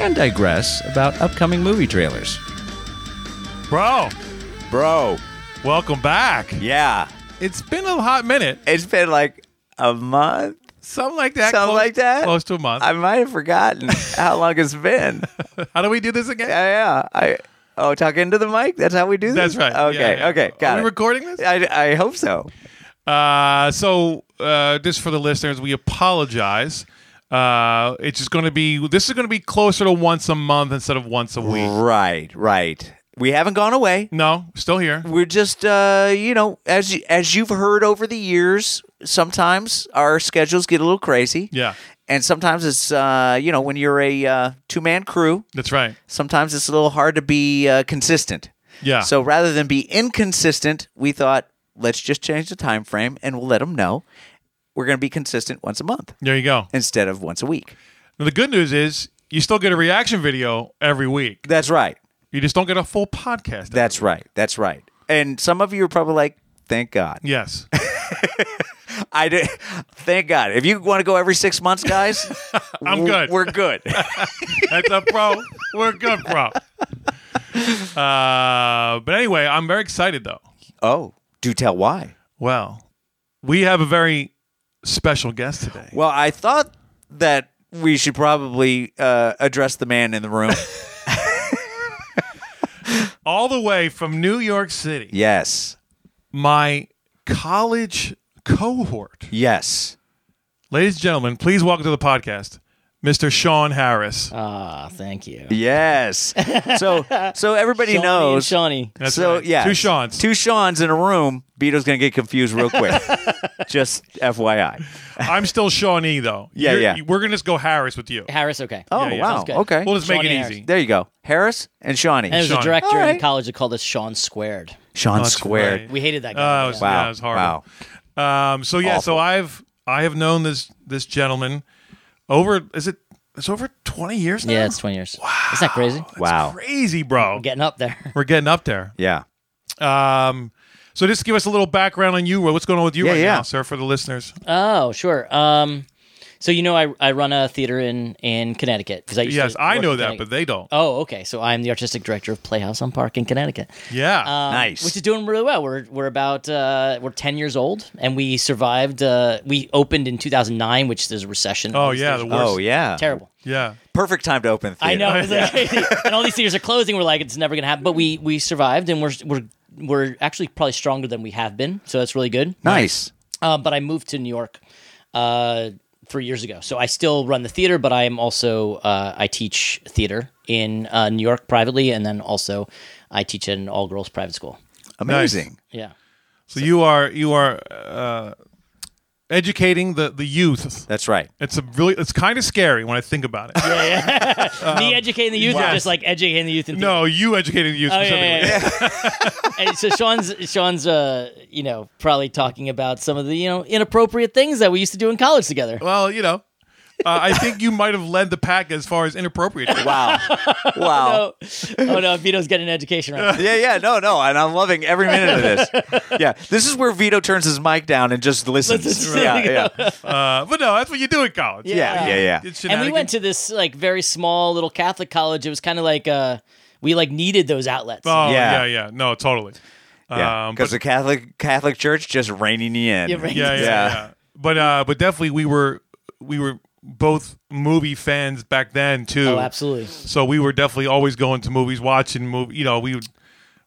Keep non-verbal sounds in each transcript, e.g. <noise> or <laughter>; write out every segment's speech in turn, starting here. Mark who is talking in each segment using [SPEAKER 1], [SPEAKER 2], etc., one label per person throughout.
[SPEAKER 1] and digress about upcoming movie trailers.
[SPEAKER 2] Bro,
[SPEAKER 1] Bro,
[SPEAKER 2] welcome back.
[SPEAKER 1] yeah.
[SPEAKER 2] It's been a hot minute,
[SPEAKER 1] It's been like a month,
[SPEAKER 2] something like that.
[SPEAKER 1] something
[SPEAKER 2] close-
[SPEAKER 1] like that.
[SPEAKER 2] Close to a month.
[SPEAKER 1] I might have forgotten how long
[SPEAKER 2] <laughs>
[SPEAKER 1] it's been.
[SPEAKER 2] How do we do this again?
[SPEAKER 1] yeah, yeah. I oh, talk into the mic. That's how we do this.
[SPEAKER 2] That's right.
[SPEAKER 1] Okay,
[SPEAKER 2] Yeah, yeah.
[SPEAKER 1] okay, got
[SPEAKER 2] Are
[SPEAKER 1] it.
[SPEAKER 2] we recording this?
[SPEAKER 1] I, I hope so.
[SPEAKER 2] Uh, so, uh, just for the listeners, we apologize. Uh, it's just going to be, this is going to be closer to once a month instead of once a week.
[SPEAKER 1] Right, right. We haven't gone away.
[SPEAKER 2] No, still here.
[SPEAKER 1] We're just, uh, you know, as you, as you've heard over the years, sometimes our schedules get a little crazy.
[SPEAKER 2] Yeah,
[SPEAKER 1] And sometimes it's, uh, you know, when you're a uh, two man crew,
[SPEAKER 2] that's right.
[SPEAKER 1] sometimes it's a little hard to be uh, consistent.
[SPEAKER 2] Yeah.
[SPEAKER 1] So rather than be inconsistent, we thought let's just change the time frame and we'll let them know we're going to be consistent once a month
[SPEAKER 2] there you go.
[SPEAKER 1] instead of once a week.
[SPEAKER 2] Now, the good news is you still get a reaction video every week.
[SPEAKER 1] That's right.
[SPEAKER 2] You just don't get a full podcast.
[SPEAKER 1] That's right. That's right. And some of you are probably like, "Thank God." <laughs>
[SPEAKER 2] yes.
[SPEAKER 1] I did. <laughs> Thank God. If you want to go every six months, <laughs> guys,
[SPEAKER 2] I'm
[SPEAKER 1] w-
[SPEAKER 2] good.
[SPEAKER 1] We're good.
[SPEAKER 2] That's a pro. We're good, bro. Uh, but anyway, I'm very excited though.
[SPEAKER 1] <laughs> oh, do tell why.
[SPEAKER 2] Well, we have a very special guest today.
[SPEAKER 1] Well, I thought that we should probably uh, address the man in the room.
[SPEAKER 2] All the way from New York City,
[SPEAKER 1] <laughs> yes.
[SPEAKER 2] my college cohort.
[SPEAKER 1] Yes.
[SPEAKER 2] Ladies and gentlemen, please welcome to the podcast, Mr. Sean Harris.
[SPEAKER 1] Uh, <laughs>
[SPEAKER 3] Ah, thank you.
[SPEAKER 1] Yes. So so everybody
[SPEAKER 3] Shawnee and
[SPEAKER 1] knows.
[SPEAKER 3] Shawnee.
[SPEAKER 2] That's
[SPEAKER 1] so
[SPEAKER 2] right.
[SPEAKER 1] yeah,
[SPEAKER 2] Two Seans.
[SPEAKER 1] Two Sean's in a room. Vito's gonna get confused real <laughs> quick. Just FYI.
[SPEAKER 2] I'm still Shawnee though.
[SPEAKER 1] Yeah, yeah.
[SPEAKER 2] We're gonna just go Harris with you.
[SPEAKER 3] Harris, okay.
[SPEAKER 1] Oh
[SPEAKER 2] yeah,
[SPEAKER 1] wow.
[SPEAKER 3] sounds good.
[SPEAKER 1] Okay.
[SPEAKER 2] We'll just make
[SPEAKER 3] Shawnee
[SPEAKER 2] it
[SPEAKER 3] Harris.
[SPEAKER 2] easy.
[SPEAKER 1] there you go. Harris and Shawnee.
[SPEAKER 3] And there's
[SPEAKER 2] Sean.
[SPEAKER 3] a director
[SPEAKER 1] All right.
[SPEAKER 3] in college that called us Sean Squared.
[SPEAKER 1] Sean
[SPEAKER 2] That's
[SPEAKER 1] squared.
[SPEAKER 2] right.
[SPEAKER 3] We hated that guy.
[SPEAKER 2] Oh, it was,
[SPEAKER 1] Wow.
[SPEAKER 2] yeah, it was horrible. Um, so yeah, so
[SPEAKER 1] Awful.
[SPEAKER 2] I've I have known this this gentleman over is it it's over twenty years now.
[SPEAKER 3] yeah, it's 20 years. Wow. Isn't that crazy?
[SPEAKER 1] Wow.
[SPEAKER 2] crazy, bro.
[SPEAKER 3] We're getting up there. <laughs>
[SPEAKER 2] We're getting up there.
[SPEAKER 1] Yeah.
[SPEAKER 2] Um, so just give us a little background on you. What's going on with you
[SPEAKER 1] Yeah,
[SPEAKER 2] right
[SPEAKER 1] yeah.
[SPEAKER 2] now, sir, for the listeners?
[SPEAKER 3] Oh, sure. Um, so you know, I, I run a theater in in Connecticut because I used
[SPEAKER 2] yes,
[SPEAKER 3] to
[SPEAKER 2] I
[SPEAKER 3] work
[SPEAKER 2] know
[SPEAKER 3] in
[SPEAKER 2] that,
[SPEAKER 3] Connecticut.
[SPEAKER 2] but they don't.
[SPEAKER 3] oh, okay. So I'm the artistic director of Playhouse on Park in Connecticut.
[SPEAKER 2] yeah,
[SPEAKER 3] Um,
[SPEAKER 1] Nice.
[SPEAKER 3] which is doing really well. We're we're about uh, we're ten years old, and we survived. Uh, we opened in 2009, which there's a recession.
[SPEAKER 2] Oh,
[SPEAKER 3] All these
[SPEAKER 2] yeah,
[SPEAKER 3] theaters
[SPEAKER 2] the
[SPEAKER 3] are
[SPEAKER 2] worst.
[SPEAKER 1] Oh yeah.
[SPEAKER 3] terrible.
[SPEAKER 2] yeah.
[SPEAKER 1] Perfect time to open. the
[SPEAKER 3] I
[SPEAKER 1] theater.
[SPEAKER 3] know, it
[SPEAKER 2] <laughs>
[SPEAKER 3] was like- <laughs> and all these theaters are closing. We're like, it's never gonna happen. But we we survived, and we're we're we're actually probably stronger than we have been. So that's really good.
[SPEAKER 1] Nice.
[SPEAKER 3] Uh, but I moved to New York uh, three years ago, so I still run the theater, but I am also uh, I teach theater in uh, New York privately, and then also I teach at an all girls private school.
[SPEAKER 1] Amazing.
[SPEAKER 3] Yeah,
[SPEAKER 2] So you are you are uh, educating the the youth. <laughs>
[SPEAKER 1] That's right.
[SPEAKER 2] It's a really it's kind of scary when I think about it.
[SPEAKER 3] me educating the youth, or
[SPEAKER 2] Um, wow.
[SPEAKER 3] just like educating the youth.
[SPEAKER 2] <laughs>
[SPEAKER 3] In
[SPEAKER 2] No, you educating the youth.
[SPEAKER 3] Oh,
[SPEAKER 2] specifically.
[SPEAKER 3] yeah, yeah, yeah. and so Sean's Sean's uh you know probably talking about some of the you know inappropriate things that we used to do in college together.
[SPEAKER 2] Well, you know, uh, I think you might have led the pack as far as
[SPEAKER 3] <laughs>
[SPEAKER 2] inappropriate.
[SPEAKER 1] Wow. Wow.
[SPEAKER 3] Oh, oh no, Vito's getting an
[SPEAKER 1] <laughs>
[SPEAKER 3] education right. now.
[SPEAKER 1] Yeah, yeah, no, no, and I'm loving every minute of this.
[SPEAKER 3] <laughs>
[SPEAKER 1] Yeah, this is where Vito turns his mic down and just listens.
[SPEAKER 3] Listens.
[SPEAKER 1] Yeah, yeah,
[SPEAKER 2] Uh, but no, that's what you do in college.
[SPEAKER 1] yeah, yeah, yeah.
[SPEAKER 2] It's
[SPEAKER 3] And we
[SPEAKER 2] shenanigans.
[SPEAKER 3] went to this like very small little Catholic college. It was kind of like uh we like needed those outlets.
[SPEAKER 2] Oh yeah, yeah,
[SPEAKER 1] Yeah.
[SPEAKER 2] No, totally.
[SPEAKER 1] Yeah,
[SPEAKER 2] Um,
[SPEAKER 1] because the Catholic Catholic Church just reining you in.
[SPEAKER 3] Yeah, right. <laughs>
[SPEAKER 2] yeah, yeah, yeah.
[SPEAKER 1] Yeah.
[SPEAKER 2] But uh, but definitely we were we were both movie fans back then too.
[SPEAKER 3] Oh, absolutely.
[SPEAKER 2] So we were definitely always going to movies, watching movie. You know, we would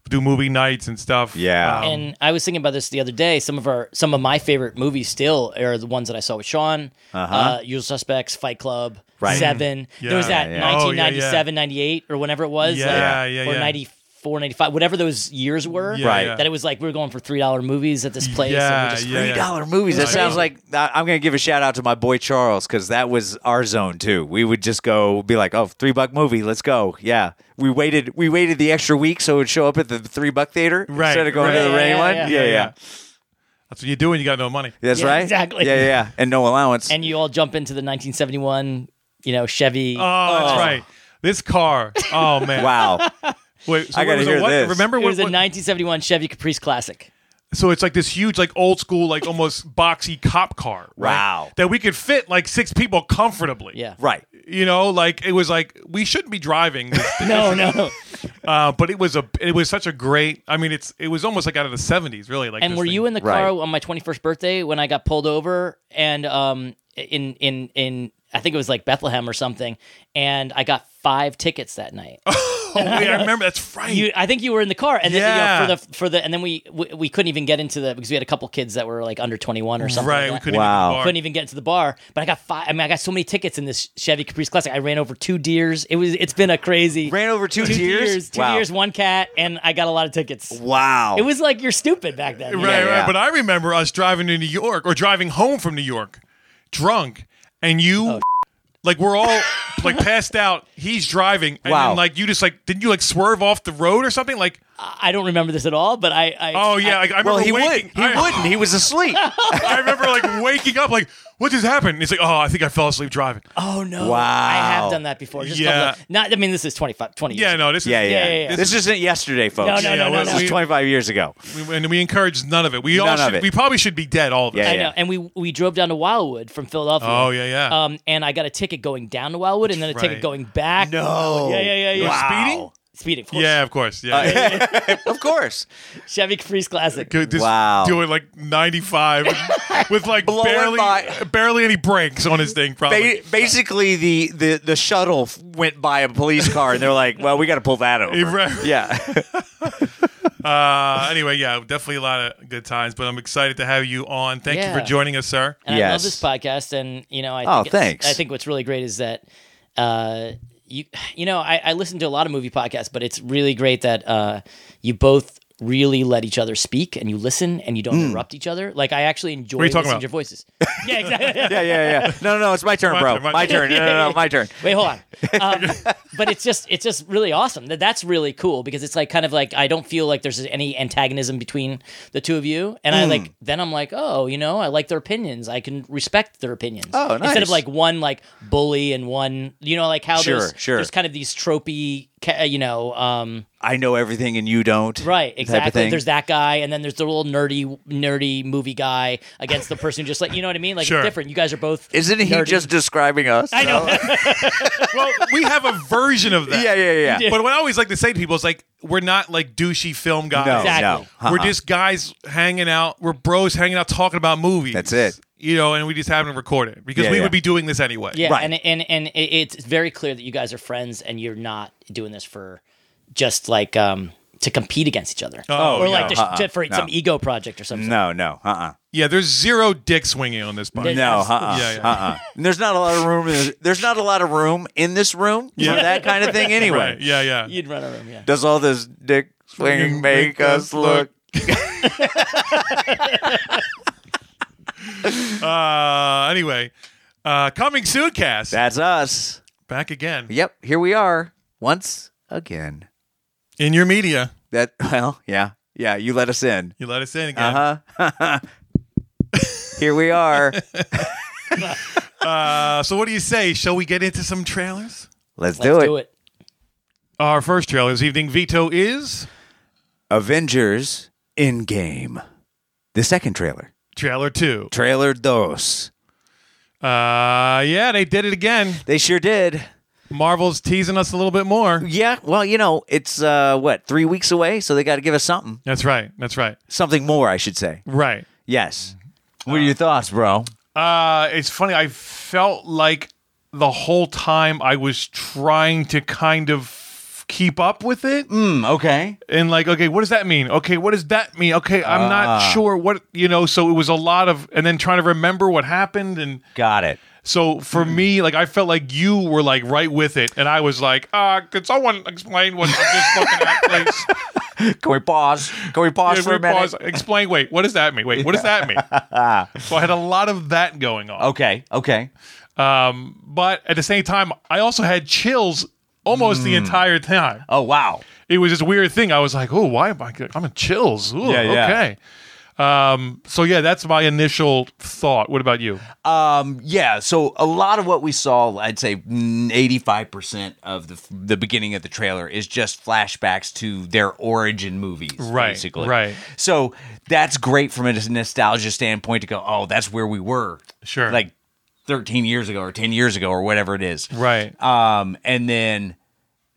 [SPEAKER 2] do movie nights and stuff.
[SPEAKER 1] Yeah.
[SPEAKER 2] Um,
[SPEAKER 3] And I was thinking about this the other day. Some of our some of my favorite movies still are the ones that I saw with Sean. Uh-huh. Uh Usual Suspects, Fight Club,
[SPEAKER 1] Right.
[SPEAKER 3] Seven.
[SPEAKER 2] Mm-hmm. Yeah.
[SPEAKER 3] There was that
[SPEAKER 2] Yeah, yeah. Oh, yeah, yeah.
[SPEAKER 3] 1997, 98 or whenever it was.
[SPEAKER 2] Yeah,
[SPEAKER 3] like,
[SPEAKER 2] yeah,
[SPEAKER 3] Or
[SPEAKER 2] yeah.
[SPEAKER 3] 94 four ninety five, whatever those years were.
[SPEAKER 2] Yeah, Right. yeah.
[SPEAKER 3] That it was like we were going for three dollar movies at this place. and
[SPEAKER 2] Yeah,
[SPEAKER 3] we just
[SPEAKER 2] yeah,
[SPEAKER 1] Three
[SPEAKER 2] yeah.
[SPEAKER 1] dollar movies. That sounds like I- I'm gonna give a shout out to my boy Charles because that was our zone too. We would just go be like, "Oh, three buck movie, let's go." Yeah, we waited. We waited the extra week so it would show up at the three buck theater
[SPEAKER 2] Right,
[SPEAKER 1] instead of going
[SPEAKER 2] right.
[SPEAKER 1] to the
[SPEAKER 2] Yeah,
[SPEAKER 1] rain
[SPEAKER 3] yeah,
[SPEAKER 1] one.
[SPEAKER 3] yeah.
[SPEAKER 1] yeah. yeah.
[SPEAKER 2] That's what you do when you got no money.
[SPEAKER 1] That's
[SPEAKER 3] Yeah,
[SPEAKER 1] right.
[SPEAKER 3] exactly.
[SPEAKER 1] Yeah, yeah, and no allowance.
[SPEAKER 3] and you all jump into the nineteen seventy one, you know, Chevy.
[SPEAKER 2] Oh, that's right. This car. Oh man.
[SPEAKER 3] <laughs>
[SPEAKER 1] wow.
[SPEAKER 2] Wait. So
[SPEAKER 1] I
[SPEAKER 2] it
[SPEAKER 1] gotta
[SPEAKER 2] was a
[SPEAKER 1] hear
[SPEAKER 2] what?
[SPEAKER 1] this.
[SPEAKER 2] Remember
[SPEAKER 3] it was
[SPEAKER 2] what?
[SPEAKER 3] a
[SPEAKER 2] what-
[SPEAKER 3] nineteen seventy one Chevy Caprice Classic.
[SPEAKER 2] so it's like this huge, like old school, like almost boxy cop car. Right?
[SPEAKER 1] Wow.
[SPEAKER 2] That we could fit like six people comfortably.
[SPEAKER 3] Yeah.
[SPEAKER 1] Right.
[SPEAKER 2] You know, like it was like we shouldn't be driving. This thing. <laughs>
[SPEAKER 3] No, <laughs> no.
[SPEAKER 2] uh, but it was a. It was such a great. I mean, it's. It was almost like out of the seventies, really. Like.
[SPEAKER 3] and
[SPEAKER 2] this
[SPEAKER 3] were
[SPEAKER 2] thing.
[SPEAKER 3] you in the
[SPEAKER 1] Right.
[SPEAKER 3] car on my 21st birthday when I got pulled over and um in in in I think it was like Bethlehem or something and I got 5 tickets
[SPEAKER 1] <laughs>
[SPEAKER 3] that night.
[SPEAKER 2] Oh, wait, I remember. That's right.
[SPEAKER 3] you I think you were in the car and then
[SPEAKER 2] Yeah.
[SPEAKER 3] you know, for the for the and then we, we we couldn't even get into the because we had a couple kids that were like under 21 or something.
[SPEAKER 2] right.
[SPEAKER 3] like
[SPEAKER 2] We
[SPEAKER 3] that.
[SPEAKER 2] couldn't.
[SPEAKER 1] Wow.
[SPEAKER 2] Even
[SPEAKER 3] Couldn't even get into the bar, but I got five. I mean, I got so many tickets in this Chevy Caprice Classic. I ran over two deers. It was. It's been a crazy.
[SPEAKER 1] Ran over two deers?
[SPEAKER 3] two
[SPEAKER 1] Wow.
[SPEAKER 3] deers, one cat, and I got a lot of tickets.
[SPEAKER 1] Wow.
[SPEAKER 3] It was like you're stupid back then. you
[SPEAKER 2] Right,
[SPEAKER 1] Yeah,
[SPEAKER 2] right.
[SPEAKER 1] yeah.
[SPEAKER 2] But I remember us driving to New York or driving home from New York, drunk, and you,
[SPEAKER 3] Oh.
[SPEAKER 2] like, we're all like passed out. He's driving, and
[SPEAKER 1] Wow.
[SPEAKER 2] then, like you just like didn't you like swerve off the road or something? Like,
[SPEAKER 3] I don't remember this at all, but I. I
[SPEAKER 2] oh yeah,
[SPEAKER 3] I-
[SPEAKER 2] like, I remember
[SPEAKER 1] well, he
[SPEAKER 2] waking.
[SPEAKER 1] wouldn't. He
[SPEAKER 2] I,
[SPEAKER 1] wouldn't. He was
[SPEAKER 3] <laughs>
[SPEAKER 1] asleep.
[SPEAKER 2] <laughs> I remember like waking up, like, what just happened? And he's like, oh, I think I fell asleep driving.
[SPEAKER 3] oh no!
[SPEAKER 1] Wow.
[SPEAKER 3] I have done that before. Just a couple
[SPEAKER 2] Yeah.
[SPEAKER 3] of- not. I mean, this is 25, 20 years.
[SPEAKER 2] Yeah,
[SPEAKER 3] ago.
[SPEAKER 2] no, this is
[SPEAKER 1] yeah, yeah.
[SPEAKER 3] Yeah, yeah, yeah.
[SPEAKER 1] This isn't yesterday, folks.
[SPEAKER 3] no, no,
[SPEAKER 2] no,
[SPEAKER 1] This
[SPEAKER 2] no.
[SPEAKER 1] is 25 years ago.
[SPEAKER 2] we- and we encourage none of it. We all
[SPEAKER 1] None of
[SPEAKER 2] should.
[SPEAKER 1] it.
[SPEAKER 2] We probably should be dead. All of us.
[SPEAKER 1] Yeah,
[SPEAKER 3] I
[SPEAKER 1] yeah.
[SPEAKER 3] know. And we we drove down to Wildwood from Philadelphia.
[SPEAKER 2] Oh yeah, yeah.
[SPEAKER 3] Um, and I got a ticket going down to Wildwood, and then a ticket
[SPEAKER 2] Right.
[SPEAKER 3] going back. to
[SPEAKER 1] No.
[SPEAKER 3] Wildwood. Yeah, yeah, yeah, yeah.
[SPEAKER 1] Wow.
[SPEAKER 3] Speeding, of course.
[SPEAKER 2] yeah, of course. Yeah.
[SPEAKER 1] Uh,
[SPEAKER 2] yeah.
[SPEAKER 1] <laughs> of course.
[SPEAKER 3] Chevy Caprice Classic.
[SPEAKER 2] Could just
[SPEAKER 1] Wow.
[SPEAKER 2] doing like 95
[SPEAKER 1] <laughs>
[SPEAKER 2] with- with like
[SPEAKER 1] Blowing
[SPEAKER 2] barely
[SPEAKER 1] by.
[SPEAKER 2] barely any brakes on his thing probably
[SPEAKER 1] Ba- basically, the, the, the shuttle f- went by a police car, and they're like, well, we got to pull
[SPEAKER 2] <laughs>
[SPEAKER 1] that over.
[SPEAKER 2] Right.
[SPEAKER 1] Yeah. <laughs>
[SPEAKER 2] uh, anyway yeah definitely a lot of good times but i'm excited to have you on thank you
[SPEAKER 3] Yeah.
[SPEAKER 2] for joining us sir
[SPEAKER 3] And I love
[SPEAKER 1] Yes.
[SPEAKER 3] this podcast. And you know, I
[SPEAKER 1] Oh,
[SPEAKER 3] think it's-
[SPEAKER 1] thanks.
[SPEAKER 3] I think what's really great is that uh, you you know I, I listen to a lot of movie podcasts, but it's really great that uh, you both really let each other speak and you listen and you
[SPEAKER 1] Hmm.
[SPEAKER 3] don't interrupt each other. Like I actually enjoy
[SPEAKER 2] are you
[SPEAKER 3] listening
[SPEAKER 2] talking
[SPEAKER 3] to
[SPEAKER 2] about?
[SPEAKER 3] your voices. yeah, exactly.
[SPEAKER 1] yeah, yeah, yeah. No, no, no. It's my turn,
[SPEAKER 2] My
[SPEAKER 1] bro.
[SPEAKER 2] turn, my
[SPEAKER 1] my turn.
[SPEAKER 2] turn.
[SPEAKER 1] No,
[SPEAKER 3] <laughs>
[SPEAKER 1] no, no. My turn.
[SPEAKER 3] Wait, hold
[SPEAKER 1] <laughs>
[SPEAKER 3] on. Um, but it's just it's just really awesome. That that's really cool because it's like kind of like I don't feel like there's any antagonism between the two of you. And I
[SPEAKER 1] Hmm.
[SPEAKER 3] like then I'm like, oh, you know, I like their opinions. I can respect their opinions.
[SPEAKER 1] Oh,
[SPEAKER 3] Instead
[SPEAKER 1] nice.
[SPEAKER 3] of like one like bully and one, you know, like how
[SPEAKER 1] Sure,
[SPEAKER 3] there's
[SPEAKER 1] sure.
[SPEAKER 3] there's kind of these tropey, ca- uh, you know, um,
[SPEAKER 1] I know everything and you don't.
[SPEAKER 3] right?
[SPEAKER 1] Type of
[SPEAKER 3] Exactly.
[SPEAKER 1] thing.
[SPEAKER 3] There's that guy, and then there's the little nerdy nerdy movie guy against the person who just like you know what I mean. Like
[SPEAKER 2] Sure.
[SPEAKER 3] it's different. You guys are both.
[SPEAKER 1] Isn't he
[SPEAKER 3] nerdy.
[SPEAKER 1] just describing us?
[SPEAKER 3] I know.
[SPEAKER 2] well we have a version of that
[SPEAKER 1] <laughs> Yeah, yeah, yeah.
[SPEAKER 2] but what i always like to say to people is like we're not like douchey film guys
[SPEAKER 1] No,
[SPEAKER 3] Exactly.
[SPEAKER 1] no.
[SPEAKER 2] we're
[SPEAKER 1] Uh-uh.
[SPEAKER 2] just guys hanging out we're bros hanging out talking about movies
[SPEAKER 1] That's it.
[SPEAKER 2] you know and we just haven't recorded because
[SPEAKER 1] Yeah,
[SPEAKER 2] we
[SPEAKER 1] yeah.
[SPEAKER 2] would be doing this anyway
[SPEAKER 3] Yeah,
[SPEAKER 1] Right.
[SPEAKER 3] and and and it, it's very clear that you guys are friends, and you're not doing this for just like um to compete against each other,
[SPEAKER 2] Oh,
[SPEAKER 3] or
[SPEAKER 2] no,
[SPEAKER 3] like to,
[SPEAKER 1] uh-uh,
[SPEAKER 3] to- for
[SPEAKER 1] no.
[SPEAKER 3] some ego project or something.
[SPEAKER 1] No, no. Uh uh
[SPEAKER 2] yeah there's zero dick swinging on this podcast
[SPEAKER 1] No, uh
[SPEAKER 3] Absolutely.
[SPEAKER 1] uh
[SPEAKER 2] Yeah, yeah.
[SPEAKER 1] uh-uh. And There's not a lot of room. There's not a lot of room in this room
[SPEAKER 2] Yeah.
[SPEAKER 1] for that kind of thing, anyway.
[SPEAKER 2] <laughs> right yeah yeah
[SPEAKER 3] You'd run a room, yeah.
[SPEAKER 1] Does all this dick swinging make us look?
[SPEAKER 2] uh, anyway, uh, coming soon, Cass.
[SPEAKER 1] That's us.
[SPEAKER 2] Back again
[SPEAKER 1] Yep, here we are once again.
[SPEAKER 2] in your media.
[SPEAKER 1] That <laughs> well, yeah, yeah. You let us in.
[SPEAKER 2] You let us in again. uh
[SPEAKER 1] Uh huh. here we
[SPEAKER 2] <laughs>
[SPEAKER 1] are.
[SPEAKER 2] Uh, so, what do you say? Shall we get into some trailers?
[SPEAKER 1] Let's,
[SPEAKER 3] Let's do it.
[SPEAKER 2] Our first trailer this evening, Veto, is
[SPEAKER 1] Avengers in game. The second trailer.
[SPEAKER 2] trailer two.
[SPEAKER 1] Trailer dos.
[SPEAKER 2] Uh, yeah, they did it again.
[SPEAKER 1] They sure did.
[SPEAKER 2] Marvel's teasing us a little bit more.
[SPEAKER 1] Yeah. Well, you know, it's uh, what three weeks away, so they got to give us something,
[SPEAKER 2] That's right. That's right.
[SPEAKER 1] something more, I should say.
[SPEAKER 2] Right.
[SPEAKER 1] Yes. What are your thoughts, bro?
[SPEAKER 2] Uh, it's funny. I felt like the whole time I was trying to kind of keep up with it.
[SPEAKER 1] Hmm, okay.
[SPEAKER 2] and like okay what does that mean okay what does that mean okay i'm
[SPEAKER 1] Ah.
[SPEAKER 2] not sure what you know so it was a lot of and then trying to remember what happened and
[SPEAKER 1] Got it.
[SPEAKER 2] So for
[SPEAKER 1] Hmm.
[SPEAKER 2] me, like I felt like you were like right with it, and I was like, uh, could someone explain what I'm just looking
[SPEAKER 1] <laughs>
[SPEAKER 2] at, please?
[SPEAKER 1] Can we pause? Can we pause
[SPEAKER 2] Yeah,
[SPEAKER 1] for a
[SPEAKER 2] we
[SPEAKER 1] minute?
[SPEAKER 2] pause. Explain. Wait, what does that mean? Wait, what does that
[SPEAKER 1] <laughs>
[SPEAKER 2] mean? so I had a lot of that going on.
[SPEAKER 1] Okay. Okay.
[SPEAKER 2] Um, but at the same time, I also had chills almost
[SPEAKER 1] Hmm.
[SPEAKER 2] the entire time.
[SPEAKER 1] Oh wow.
[SPEAKER 2] It was this weird thing. I was like, oh, why am I? I'm in chills. Ooh,
[SPEAKER 1] Yeah, yeah.
[SPEAKER 2] Okay. Um, so yeah, that's my initial thought. What about you?
[SPEAKER 1] Yeah, so a lot of what we saw, I'd say mm, 85% of the the beginning of the trailer is just flashbacks to their origin movies
[SPEAKER 2] Right,
[SPEAKER 1] basically.
[SPEAKER 2] right.
[SPEAKER 1] So that's great from a nostalgia standpoint to go, "Oh, that's where we were."
[SPEAKER 2] Sure.
[SPEAKER 1] Like 13 years ago or 10 years ago or whatever it is.
[SPEAKER 2] Right.
[SPEAKER 1] Um and then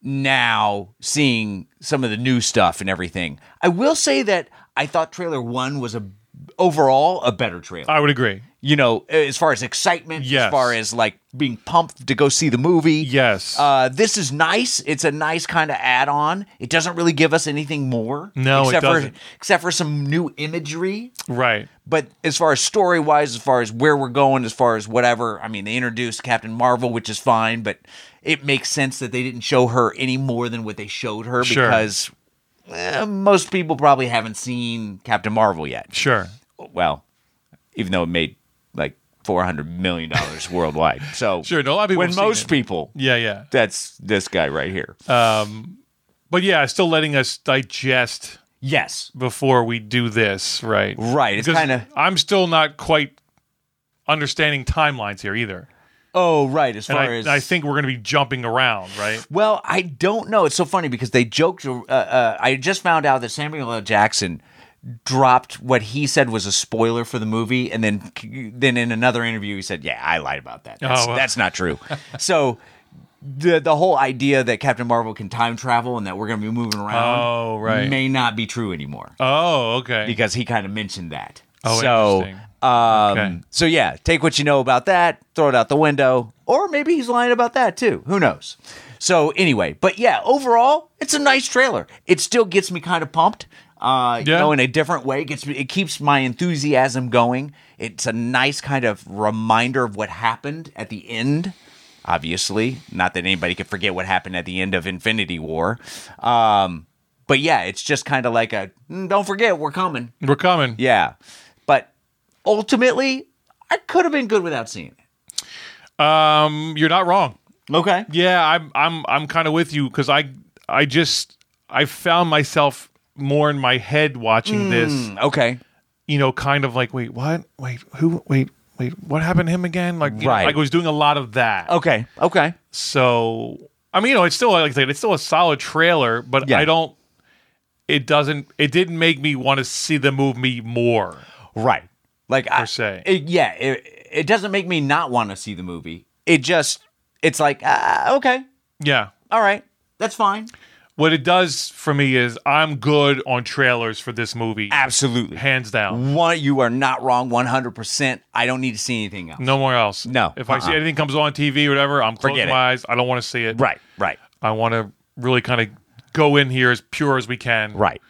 [SPEAKER 1] now seeing some of the new stuff and everything. I will say that I thought trailer 1 was a overall a better trailer
[SPEAKER 2] I would agree.
[SPEAKER 1] you know, as far as excitement, as
[SPEAKER 2] Uh, Yes.
[SPEAKER 1] far as like being pumped to go see the movie.
[SPEAKER 2] Yes.
[SPEAKER 1] Uh, this is nice. It's a nice kind of add-on. It doesn't really give us anything more.
[SPEAKER 2] No, it
[SPEAKER 1] except
[SPEAKER 2] doesn't.
[SPEAKER 1] for except for some new imagery.
[SPEAKER 2] Right.
[SPEAKER 1] But as far as story-wise, as far as where we're going, as far as whatever, I mean, they introduced Captain Marvel, which is fine, but it makes sense that they didn't show her any more than what they showed her
[SPEAKER 2] Sure.
[SPEAKER 1] because eh, most people probably haven't seen Captain Marvel yet
[SPEAKER 2] Sure.
[SPEAKER 1] well, even though it made like four hundred million dollars
[SPEAKER 2] <laughs>
[SPEAKER 1] worldwide. So
[SPEAKER 2] Sure, no, a lot of people
[SPEAKER 1] when
[SPEAKER 2] have seen
[SPEAKER 1] most
[SPEAKER 2] it.
[SPEAKER 1] people,
[SPEAKER 2] Yeah. Uh, Yeah.
[SPEAKER 1] that's this guy right here.
[SPEAKER 2] But yeah, still letting us digest
[SPEAKER 1] yes,
[SPEAKER 2] before we do this. Right.
[SPEAKER 1] right. It's
[SPEAKER 2] Because
[SPEAKER 1] kind of
[SPEAKER 2] I'm still not quite understanding timelines here either.
[SPEAKER 1] oh right as
[SPEAKER 2] And
[SPEAKER 1] far
[SPEAKER 2] I,
[SPEAKER 1] as
[SPEAKER 2] I think we're going to be jumping around, right?
[SPEAKER 1] Well, I don't know. It's so funny because they joked. Uh, uh, I just found out that Samuel L. Jackson dropped what he said was a spoiler for the movie, and then then in another interview he said, "Yeah, I lied about that. That's,
[SPEAKER 2] Oh, well.
[SPEAKER 1] that's
[SPEAKER 2] <laughs>
[SPEAKER 1] not true." so. The, the whole idea that Captain Marvel can time travel and that we're going to be moving around
[SPEAKER 2] Oh, right.
[SPEAKER 1] may not be true anymore
[SPEAKER 2] Oh, okay.
[SPEAKER 1] because he kind of mentioned that.
[SPEAKER 2] Oh,
[SPEAKER 1] so,
[SPEAKER 2] interesting.
[SPEAKER 1] Um,
[SPEAKER 2] Okay.
[SPEAKER 1] So, yeah, take what you know about that, throw it out the window, or maybe he's lying about that too. Who knows? So, anyway, but yeah, overall, it's a nice trailer. It still gets me kind of pumped. Uh, you
[SPEAKER 2] Yeah.
[SPEAKER 1] know, in a different way, it gets me, it keeps my enthusiasm going. It's a nice kind of reminder of what happened at the end. Obviously, not that anybody could forget what happened at the end of Infinity War. Um, but yeah, it's just kind of like a "Mm, don't forget we're coming.
[SPEAKER 2] We're coming.
[SPEAKER 1] Yeah. But ultimately, I could have been good without seeing it.
[SPEAKER 2] Um, you're not wrong.
[SPEAKER 1] Okay.
[SPEAKER 2] Yeah, I'm I'm I'm kind of with you because I I just I found myself more in my head watching
[SPEAKER 1] Hmm.
[SPEAKER 2] this.
[SPEAKER 1] Mm, Okay.
[SPEAKER 2] You know, kind of like wait, what? Wait, who? Wait, wait, what happened to him again? Like, you know,
[SPEAKER 1] Right.
[SPEAKER 2] like I was doing a lot of that.
[SPEAKER 1] Okay. Okay.
[SPEAKER 2] So I mean, you know, it's still like I said, it's still a solid trailer, but
[SPEAKER 1] Yeah.
[SPEAKER 2] I don't. It doesn't. It didn't make me want to see the movie more.
[SPEAKER 1] Right. Like I
[SPEAKER 2] se.
[SPEAKER 1] it- yeah, it, it doesn't make me not want to see the movie. It just it's like uh, okay.
[SPEAKER 2] Yeah.
[SPEAKER 1] All right. That's fine.
[SPEAKER 2] What it does for me is I'm good on trailers for this movie,
[SPEAKER 1] Absolutely.
[SPEAKER 2] hands down.
[SPEAKER 1] One you are not wrong 100%. I don't need to see anything else.
[SPEAKER 2] No more else.
[SPEAKER 1] No.
[SPEAKER 2] If I see
[SPEAKER 1] Uh-uh.
[SPEAKER 2] anything comes on TV or whatever, I'm
[SPEAKER 1] Forget
[SPEAKER 2] closing
[SPEAKER 1] it.
[SPEAKER 2] my eyes. I don't want to see it.
[SPEAKER 1] Right. Right.
[SPEAKER 2] I want to really kind of go in here as pure as we can.
[SPEAKER 1] Right.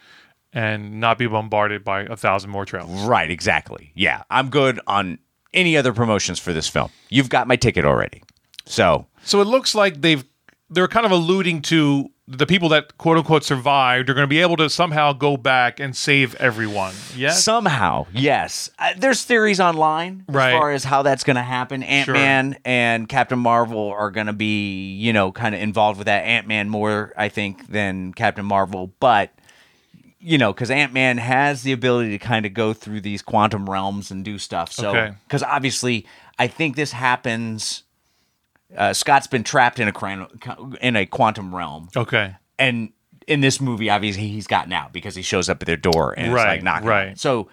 [SPEAKER 2] And not be bombarded by a thousand more trailers.
[SPEAKER 1] Right, exactly. Yeah, I'm good on any other promotions for this film. You've got my ticket already. So,
[SPEAKER 2] So it looks like they've they're kind of alluding to the people that quote unquote survived are going to be able to somehow go back and save everyone. Yes.
[SPEAKER 1] somehow, yes. Uh, there's theories online
[SPEAKER 2] Right.
[SPEAKER 1] as far as how that's going to happen. Ant Man and Captain Marvel are going to be, you know, kind of involved with that. Ant Man more, I think, than Captain Marvel. But, you know, because Ant Man has the ability to kind of go through these quantum realms and do stuff. So,
[SPEAKER 2] Okay.
[SPEAKER 1] because obviously, I think this happens. Uh, Scott's been trapped in a cran- in a quantum realm.
[SPEAKER 2] okay.
[SPEAKER 1] and in this movie, obviously he's gotten out because he shows up at their door and it's
[SPEAKER 2] Right,
[SPEAKER 1] like knocking.
[SPEAKER 2] right.
[SPEAKER 1] So,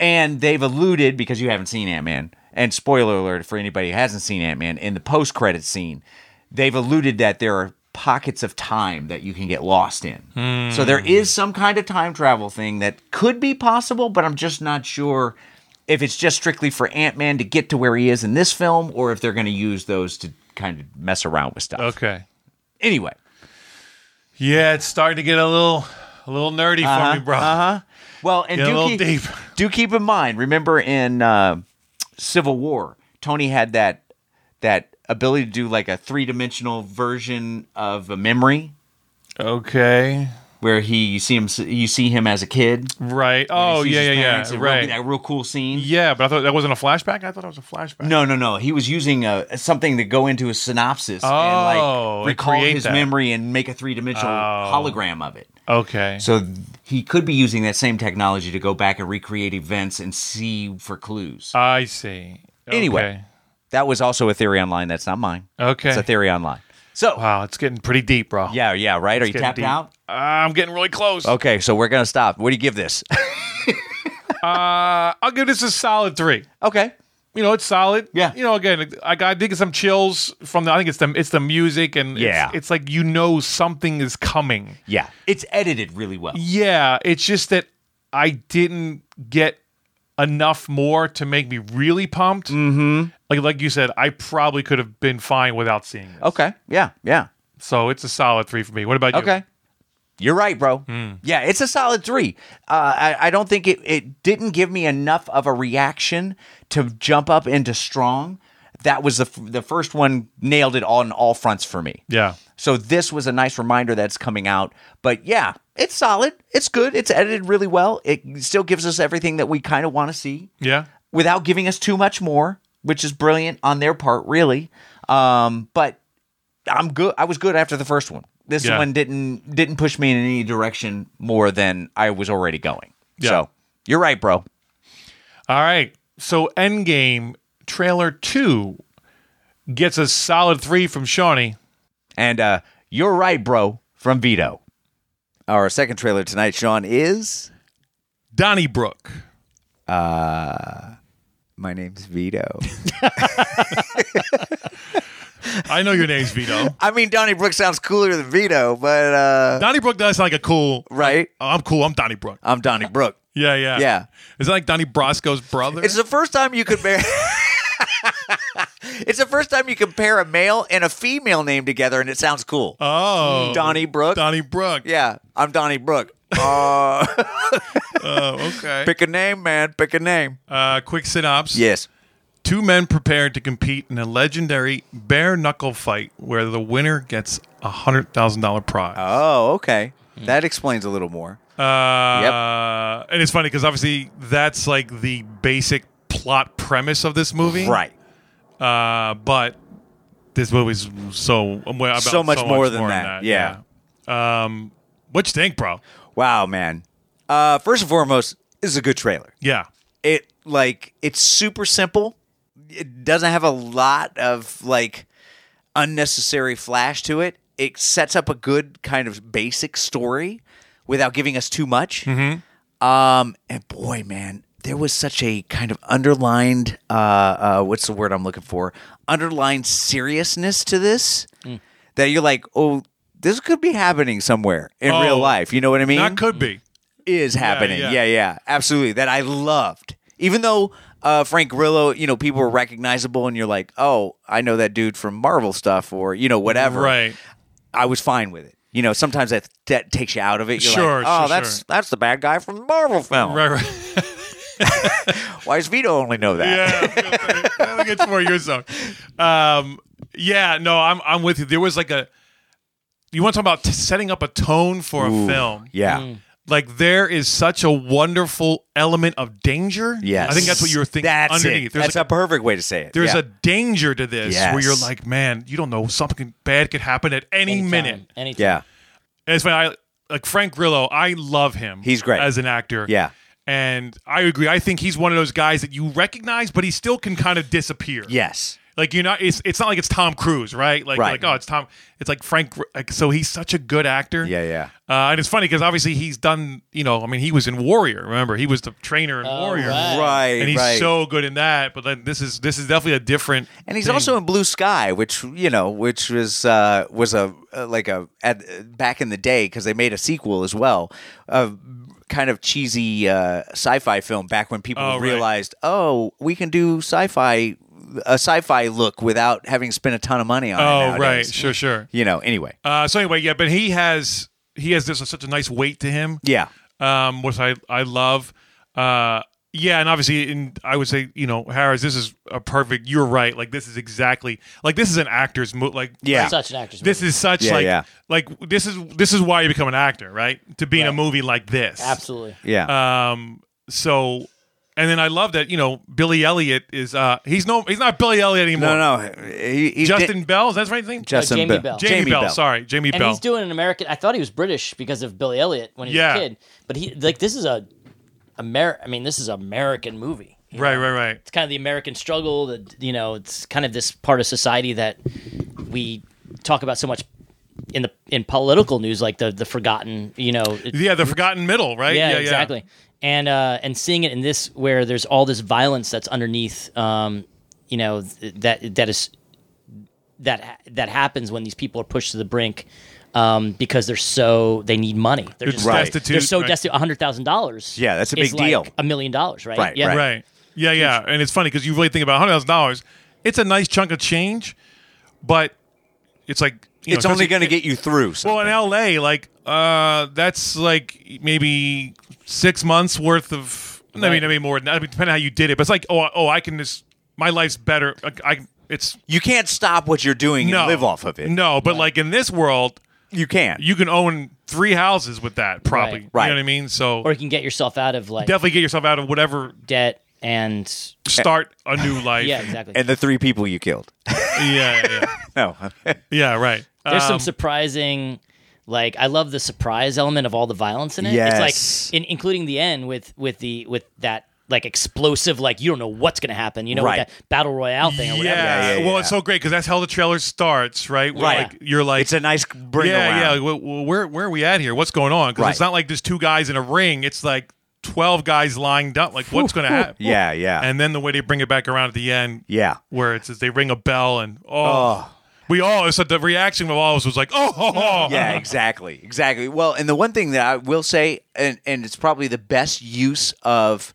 [SPEAKER 1] and they've alluded because you haven't seen Ant Man. And spoiler alert for anybody who hasn't seen Ant Man in the post credit scene, they've alluded that there are pockets of time that you can get lost in. So
[SPEAKER 2] Hmm.
[SPEAKER 1] there is some kind of time travel thing that could be possible, but I'm just not sure if it's just strictly for Ant Man to get to where he is in this film, or if they're going to use those to kind of mess around with stuff.
[SPEAKER 2] Okay.
[SPEAKER 1] Anyway,
[SPEAKER 2] Yeah, it's starting to get a little a little nerdy
[SPEAKER 1] Uh-huh.
[SPEAKER 2] for me, bro.
[SPEAKER 1] Well, and
[SPEAKER 2] Get a
[SPEAKER 1] do
[SPEAKER 2] little
[SPEAKER 1] keep,
[SPEAKER 2] deep.
[SPEAKER 1] do keep in mind. Remember in uh, Civil War, Tony had that
[SPEAKER 4] that ability to do like a three dimensional version of a memory
[SPEAKER 2] Okay.
[SPEAKER 4] where he you see him you see him as a kid.
[SPEAKER 2] Right. Oh
[SPEAKER 4] He sees
[SPEAKER 2] yeah,
[SPEAKER 4] his
[SPEAKER 2] yeah,
[SPEAKER 4] parents,
[SPEAKER 2] yeah.
[SPEAKER 4] a real-
[SPEAKER 2] Right.
[SPEAKER 4] that real cool scene.
[SPEAKER 2] yeah, but I thought that wasn't a flashback. I thought it was a flashback.
[SPEAKER 4] No, no, no. He was using a, something to go into a synopsis and
[SPEAKER 2] Oh,
[SPEAKER 4] like
[SPEAKER 2] and
[SPEAKER 4] recall
[SPEAKER 2] create
[SPEAKER 4] his
[SPEAKER 2] that. Oh.
[SPEAKER 4] memory and make a three dimensional hologram of it.
[SPEAKER 2] Okay.
[SPEAKER 4] So th- he could be using that same technology to go back and recreate events and see for clues.
[SPEAKER 2] I see.
[SPEAKER 4] Anyway. that was also a theory online. That's not mine.
[SPEAKER 2] Okay.
[SPEAKER 4] It's a theory online. So,
[SPEAKER 2] Wow, it's getting pretty deep, bro.
[SPEAKER 4] yeah, yeah, right? Are you
[SPEAKER 2] Getting
[SPEAKER 4] tapped
[SPEAKER 2] deep.
[SPEAKER 4] out?
[SPEAKER 2] Uh, I'm getting really close.
[SPEAKER 4] Okay, so we're going to stop. What do you give this? <laughs>
[SPEAKER 2] Uh, I'll give this a solid three.
[SPEAKER 4] okay.
[SPEAKER 2] You know, it's solid.
[SPEAKER 4] Yeah.
[SPEAKER 2] You know, again, I got I did get some chills from the. I think it's the it's the music and it's-
[SPEAKER 4] Yeah.
[SPEAKER 2] it's, like you know something is coming.
[SPEAKER 4] Yeah. It's edited really well.
[SPEAKER 2] Yeah, it's just that I didn't get enough more to make me really pumped. Mm-hmm. Like like you said, I probably could have been fine without seeing it.
[SPEAKER 4] Okay. Yeah, yeah.
[SPEAKER 2] So it's a solid three for me. What about you?
[SPEAKER 4] Okay. You're right, bro.
[SPEAKER 2] Hmm.
[SPEAKER 4] Yeah, it's a solid three. Uh, I, I don't think it, it didn't give me enough of a reaction to jump up into strong. That was the, f- the first one nailed it on all fronts for me.
[SPEAKER 2] Yeah.
[SPEAKER 4] So this was a nice reminder that's coming out. But yeah, it's solid. It's good. It's edited really well. It still gives us everything that we kind of want to see
[SPEAKER 2] Yeah.
[SPEAKER 4] without giving us too much more, which is brilliant on their part, really. Um, but I'm good. I was good after the first one. This
[SPEAKER 2] Yeah.
[SPEAKER 4] one didn't didn't push me in any direction more than I was already going.
[SPEAKER 2] Yeah.
[SPEAKER 4] So you're right, bro.
[SPEAKER 2] All right. So Endgame trailer two gets a solid three from Shawnee.
[SPEAKER 4] And uh, you're right, bro. From Vito.
[SPEAKER 1] Our second trailer tonight, Sean, is
[SPEAKER 2] Donnybrook.
[SPEAKER 1] Uh, My Name's Vito.
[SPEAKER 2] I know your name's
[SPEAKER 1] <laughs>
[SPEAKER 2] Vito.
[SPEAKER 1] <laughs> I mean, Donnybrook sounds cooler than Vito, but uh,
[SPEAKER 2] Donnybrook does sound like a cool.
[SPEAKER 1] right?
[SPEAKER 2] Oh, I'm cool. I'm Donnybrook.
[SPEAKER 1] I'm Donnybrook.
[SPEAKER 2] Yeah, yeah,
[SPEAKER 1] Yeah.
[SPEAKER 2] Is that like Donnie Brasco's brother?
[SPEAKER 1] It's the first time you compare. <laughs> it's the first time you compare a male and a female name together, and it sounds cool.
[SPEAKER 2] oh,
[SPEAKER 1] Donnybrook.
[SPEAKER 2] Donnybrook.
[SPEAKER 1] yeah,
[SPEAKER 2] <laughs>
[SPEAKER 1] I'm Donnybrook. Uh,
[SPEAKER 2] Oh, okay.
[SPEAKER 1] pick a name, man. Pick a name.
[SPEAKER 2] Uh, quick synopsis.
[SPEAKER 1] Yes.
[SPEAKER 2] Two men prepared to compete in a legendary bare knuckle fight where the winner gets a hundred thousand dollar prize.
[SPEAKER 1] Oh, okay. That explains a little more.
[SPEAKER 2] Uh, And it's funny because obviously that's like the basic plot premise of this movie,
[SPEAKER 1] Right.
[SPEAKER 2] Uh, but this movie's so um, well, about
[SPEAKER 1] So much more than that. Yeah.
[SPEAKER 2] yeah. Um, what you think, bro?
[SPEAKER 1] Wow, man. Uh, first and foremost, this is a good trailer.
[SPEAKER 2] Yeah.
[SPEAKER 1] it like it's super simple. It doesn't have a lot of like unnecessary flash to it. It sets up a good kind of basic story without giving us too much. Um, and boy, man, there was such a kind of underlined uh, uh, what's the word I'm looking for? Underlined seriousness to this that you're like, oh, this could be happening somewhere in
[SPEAKER 2] Oh,
[SPEAKER 1] real life. You know what I mean?
[SPEAKER 2] That could be.
[SPEAKER 1] is happening.
[SPEAKER 2] yeah.
[SPEAKER 1] Yeah, yeah, absolutely. That I loved, even though uh, Frank Grillo, you know, people were recognizable, and you're like, oh, I know that dude from Marvel stuff, or you know, whatever.
[SPEAKER 2] Right.
[SPEAKER 1] I was fine with it. You know, sometimes that that takes you out of it. You're
[SPEAKER 2] Sure,
[SPEAKER 1] like, oh,
[SPEAKER 2] sure,
[SPEAKER 1] that's
[SPEAKER 2] sure.
[SPEAKER 1] that's the bad guy from the Marvel film.
[SPEAKER 2] Right, right. <laughs>
[SPEAKER 1] Why does Vito only know that?
[SPEAKER 2] Yeah, I think it's more your zone. Um, yeah, no, I'm I'm with you. There was like a you want to talk about t- setting up a tone for a film.
[SPEAKER 1] Yeah.
[SPEAKER 2] Like there is such a wonderful element of danger.
[SPEAKER 1] Yes.
[SPEAKER 2] I think that's what you were thinking
[SPEAKER 1] That's it.
[SPEAKER 2] underneath. There's
[SPEAKER 1] that's
[SPEAKER 2] like,
[SPEAKER 1] a perfect way to say it.
[SPEAKER 2] there's
[SPEAKER 1] Yeah.
[SPEAKER 2] a danger to this where you're
[SPEAKER 1] Yes.
[SPEAKER 2] like, man, you don't know something bad could happen at any
[SPEAKER 3] Anytime,
[SPEAKER 2] minute.
[SPEAKER 3] Anytime.
[SPEAKER 1] yeah.
[SPEAKER 2] And it's funny, I like Frank Grillo. I love him.
[SPEAKER 1] He's great.
[SPEAKER 2] as an actor.
[SPEAKER 1] Yeah.
[SPEAKER 2] and I agree. I think he's one of those guys that you recognize, but he still can kind of disappear.
[SPEAKER 1] Yes.
[SPEAKER 2] like you're not. It's, it's not like it's Tom Cruise, right? Like
[SPEAKER 1] Right.
[SPEAKER 2] like oh, it's Tom. It's like Frank. Gr- Like, so he's such a good actor.
[SPEAKER 1] Yeah. Yeah.
[SPEAKER 2] Uh, and it's funny because obviously he's done. You know, I mean, he was in Warrior. Remember, he was the trainer in Warrior,
[SPEAKER 3] right.
[SPEAKER 1] Right.
[SPEAKER 2] and he's
[SPEAKER 1] right.
[SPEAKER 2] so good in that. But then this is this is definitely a different.
[SPEAKER 1] and he's
[SPEAKER 2] thing.
[SPEAKER 1] also in Blue Sky, which you know, which was uh, was a uh, like a at, uh, back in the day because they made a sequel as well, a kind of cheesy uh, sci-fi film back when people
[SPEAKER 2] Oh, right.
[SPEAKER 1] realized, oh, we can do sci-fi a sci-fi look without having spent a ton of money on
[SPEAKER 2] Oh
[SPEAKER 1] it.
[SPEAKER 2] right,
[SPEAKER 1] nowadays.
[SPEAKER 2] sure, sure.
[SPEAKER 1] You know, anyway,
[SPEAKER 2] Uh, so anyway, yeah, but he has he has this such a nice weight to him.
[SPEAKER 1] yeah,
[SPEAKER 2] um, which I I love. Uh, Yeah, and obviously, in I would say, you know, Harris, this is a perfect. You're right. Like this is exactly like this is an actor's move. Like
[SPEAKER 1] Yeah.
[SPEAKER 3] It's Such an actor's
[SPEAKER 2] this
[SPEAKER 3] movie.
[SPEAKER 2] is such
[SPEAKER 1] Yeah,
[SPEAKER 2] like
[SPEAKER 1] yeah.
[SPEAKER 2] like this is this is why you become an actor, right? To be in a
[SPEAKER 3] Right.
[SPEAKER 2] movie like this,
[SPEAKER 3] absolutely.
[SPEAKER 1] Yeah.
[SPEAKER 2] Um, so, and then I love that you know Billy Elliot is uh he's no he's not Billy Elliot anymore.
[SPEAKER 1] no, no. He, he's
[SPEAKER 2] Justin
[SPEAKER 1] di-
[SPEAKER 2] Bell is that the right thing?
[SPEAKER 1] Justin
[SPEAKER 3] Jamie
[SPEAKER 1] Bell.
[SPEAKER 3] Bell.
[SPEAKER 2] Jamie, Bell, Sorry, Jamie
[SPEAKER 3] And
[SPEAKER 2] Bell.
[SPEAKER 3] he's doing an American. I thought he was British because of Billy Elliot when he was
[SPEAKER 2] Yeah.
[SPEAKER 3] a kid, but he like this is a Amer. I mean, this is an American movie.
[SPEAKER 2] right, right, right.
[SPEAKER 3] It's kind of the American struggle. That you know, it's kind of this part of society that we talk about so much in the in political news, like the the forgotten. You know, it-
[SPEAKER 2] Yeah, the forgotten middle, right?
[SPEAKER 3] yeah, exactly. And uh, and seeing it in this, where there's all this violence that's underneath, um, you know, th- that that is that that happens when these people are pushed to the brink um, because they're so they need money. They're,
[SPEAKER 2] They're
[SPEAKER 3] just
[SPEAKER 2] destitute,
[SPEAKER 3] They're so
[SPEAKER 2] right.
[SPEAKER 3] destitute. hundred thousand dollars.
[SPEAKER 1] Yeah, that's a big deal.
[SPEAKER 3] A million dollars, right?
[SPEAKER 1] Right,
[SPEAKER 3] Yeah.
[SPEAKER 1] right.
[SPEAKER 2] Right. Yeah, yeah. And it's funny because you really think about hundred thousand dollars. It's a nice chunk of change, but it's like you know,
[SPEAKER 1] It's only
[SPEAKER 2] especially-
[SPEAKER 1] going to get you through.
[SPEAKER 2] Well,
[SPEAKER 1] something.
[SPEAKER 2] in L.A., like uh, that's like maybe six months worth of. I mean, I mean more than that. I mean, depending on how you did it, but it's like, oh, oh, I can just my life's better. I, I it's
[SPEAKER 1] you can't stop what you're doing
[SPEAKER 2] no
[SPEAKER 1] and live off of it.
[SPEAKER 2] No, but like in this world,
[SPEAKER 1] you can't.
[SPEAKER 2] you can own three houses with that probably.
[SPEAKER 3] Right.
[SPEAKER 1] Right.
[SPEAKER 2] You know what I mean? So
[SPEAKER 3] Or you can get yourself out of like
[SPEAKER 2] definitely get yourself out of whatever.
[SPEAKER 3] debt and
[SPEAKER 2] Start a new life.
[SPEAKER 3] yeah,
[SPEAKER 1] <laughs>
[SPEAKER 3] exactly.
[SPEAKER 1] and the three people you killed. <laughs>
[SPEAKER 2] yeah, yeah,
[SPEAKER 1] No, <laughs>
[SPEAKER 2] yeah. Right.
[SPEAKER 3] There's
[SPEAKER 2] Um,
[SPEAKER 3] some surprising, like I love the surprise element of all the violence in it.
[SPEAKER 1] Yes.
[SPEAKER 3] It's like in, including the end with with the with that like explosive, like you don't know what's gonna happen. You know,
[SPEAKER 1] Right.
[SPEAKER 3] with that battle royale thing or
[SPEAKER 2] Yeah.
[SPEAKER 3] whatever.
[SPEAKER 1] Yeah, yeah,
[SPEAKER 2] Well,
[SPEAKER 1] yeah.
[SPEAKER 2] it's so great because that's how the trailer starts, right? Where,
[SPEAKER 3] Right.
[SPEAKER 2] Like, you're like,
[SPEAKER 1] it's a nice bring
[SPEAKER 2] yeah, yeah.
[SPEAKER 1] around.
[SPEAKER 2] Well, well, where where are we at here? What's going on? Because it's
[SPEAKER 1] Right.
[SPEAKER 2] not like there's two guys in a ring. It's like twelve guys lying down. Like what's going to happen?
[SPEAKER 1] Yeah, yeah.
[SPEAKER 2] And then the way they bring it back around at the end,
[SPEAKER 1] Yeah.
[SPEAKER 2] where it's they ring a bell and oh, we all. So the reaction of all of us was like oh, oh, oh. <laughs>
[SPEAKER 1] yeah, exactly, exactly. Well, and the one thing that I will say, and and it's probably the best use of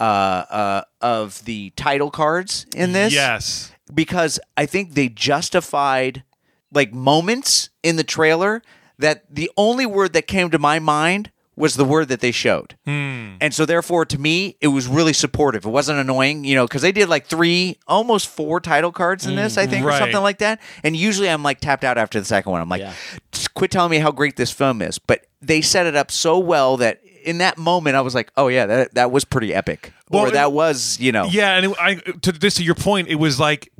[SPEAKER 1] uh, uh, of the title cards in this,
[SPEAKER 2] yes,
[SPEAKER 1] because I think they justified like moments in the trailer that the only word that came to my mind was the word that they showed.
[SPEAKER 2] Hmm.
[SPEAKER 1] And so therefore to me it was really supportive. It wasn't annoying, you know, cuz they did like 3 almost 4 title cards in this, I think
[SPEAKER 2] Hmm,
[SPEAKER 1] or
[SPEAKER 2] Right.
[SPEAKER 1] something like that. And usually I'm like tapped out after the second one. I'm like "Just quit telling me how great this film is, but they set it up so well that in that moment I was like, "Oh yeah, that that was pretty epic."
[SPEAKER 2] Well,
[SPEAKER 1] or
[SPEAKER 2] it-
[SPEAKER 1] that was, you know.
[SPEAKER 2] yeah. And it, I to this to your point, it was like.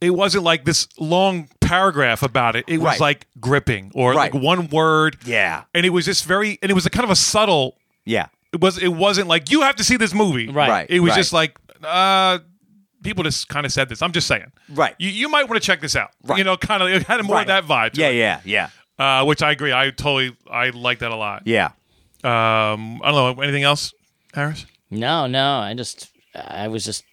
[SPEAKER 2] It wasn't like this long paragraph about it. It was
[SPEAKER 1] Right.
[SPEAKER 2] like gripping or like
[SPEAKER 1] Right.
[SPEAKER 2] one word.
[SPEAKER 1] Yeah.
[SPEAKER 2] And it was just very, and it was a kind of a subtle
[SPEAKER 1] Yeah.
[SPEAKER 2] it was it wasn't like you have to see this movie.
[SPEAKER 3] Right.
[SPEAKER 1] Right,
[SPEAKER 2] It was
[SPEAKER 1] right.
[SPEAKER 2] just like uh people just kind of said this. I'm just saying.
[SPEAKER 1] Right.
[SPEAKER 2] You, you might want to check this out.
[SPEAKER 1] Right.
[SPEAKER 2] You know, kind of it had more of
[SPEAKER 1] Right.
[SPEAKER 2] that vibe. to
[SPEAKER 1] Yeah,
[SPEAKER 2] it.
[SPEAKER 1] yeah, yeah.
[SPEAKER 2] Uh, which I agree. I totally I like that a lot.
[SPEAKER 1] Yeah.
[SPEAKER 2] Um, I don't know anything else, Harris.
[SPEAKER 3] No, no. I just I was just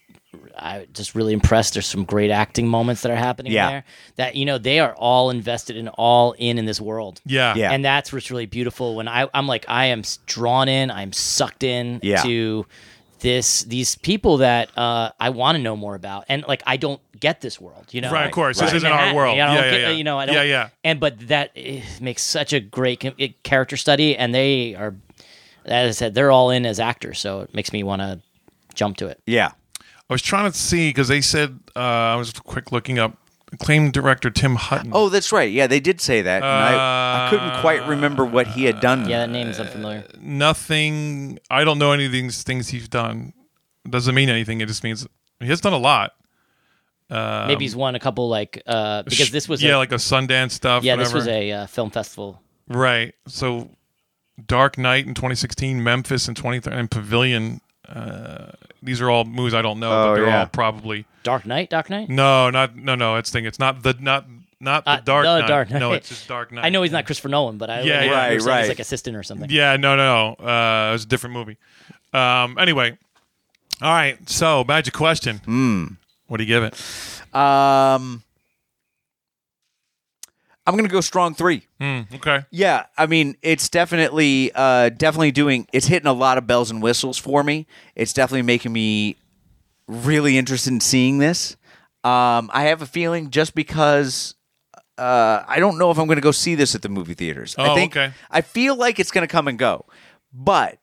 [SPEAKER 3] I just really impressed. There's some great acting moments that are happening
[SPEAKER 1] Yeah.
[SPEAKER 3] there. That you know they are all invested and all in in this world.
[SPEAKER 2] Yeah.
[SPEAKER 1] Yeah.
[SPEAKER 3] and that's what's really beautiful when I, i'm like i am s- drawn in i'm sucked in
[SPEAKER 1] Yeah.
[SPEAKER 3] to this these people that uh, i want to know more about and like i don't get this world you know
[SPEAKER 2] Right, of
[SPEAKER 3] Like,
[SPEAKER 2] course. This
[SPEAKER 3] right.
[SPEAKER 2] isn't our
[SPEAKER 3] Manhattan,
[SPEAKER 2] world.
[SPEAKER 3] you know, I
[SPEAKER 2] Yeah,
[SPEAKER 3] don't
[SPEAKER 2] yeah,
[SPEAKER 3] get-
[SPEAKER 2] yeah.
[SPEAKER 3] you know i don't
[SPEAKER 2] Yeah, yeah.
[SPEAKER 3] and but that eh, makes such a great com- eh, character study and they are as i said they're all in as actors so it makes me want to jump to it
[SPEAKER 1] Yeah.
[SPEAKER 2] I was trying to see because they said uh, I was quick looking up acclaimed director Tim Hutton.
[SPEAKER 1] Oh, that's right. Yeah, they did say that. And I, I couldn't quite remember what he had done.
[SPEAKER 3] yeah that name is unfamiliar
[SPEAKER 2] Uh, nothing. I don't know any of these things he's done. Doesn't mean anything. It just means he has done a lot.
[SPEAKER 3] maybe he's won a couple like uh, because this was
[SPEAKER 2] um, yeah,
[SPEAKER 3] a,
[SPEAKER 2] like a Sundance stuff.
[SPEAKER 3] yeah this
[SPEAKER 2] whatever.
[SPEAKER 3] was a uh, film festival
[SPEAKER 2] Right. So Dark Knight in 2016, Memphis in 2013, and Pavilion. Uh, these are all movies I don't know, but
[SPEAKER 1] Oh,
[SPEAKER 2] they're
[SPEAKER 1] yeah.
[SPEAKER 2] all probably
[SPEAKER 3] dark knight dark knight
[SPEAKER 2] no, not no, no. It's thing. It's not the not not the
[SPEAKER 3] Uh,
[SPEAKER 2] Dark
[SPEAKER 3] the
[SPEAKER 2] Knight.
[SPEAKER 3] Dark Knight.
[SPEAKER 2] No, it's just Dark Knight.
[SPEAKER 3] I know he's not Christopher Nolan, but I
[SPEAKER 2] Yeah,
[SPEAKER 3] like,
[SPEAKER 2] yeah.
[SPEAKER 1] Right,
[SPEAKER 3] he's
[SPEAKER 1] right.
[SPEAKER 3] like assistant or something.
[SPEAKER 2] Yeah, no, no, no. Uh, it was a different movie. Um, anyway, all right. So magic question.
[SPEAKER 1] Hmm.
[SPEAKER 2] What do you give it?
[SPEAKER 1] Um, I'm going to go strong three.
[SPEAKER 2] Mm, okay.
[SPEAKER 1] Yeah, I mean, it's definitely, uh, definitely doing. It's hitting a lot of bells and whistles for me. It's definitely making me really interested in seeing this. Um, I have a feeling just because uh, I don't know if I'm going to go see this at the movie theaters.
[SPEAKER 2] Oh,
[SPEAKER 1] I think
[SPEAKER 2] okay.
[SPEAKER 1] I feel like it's going to come and go. But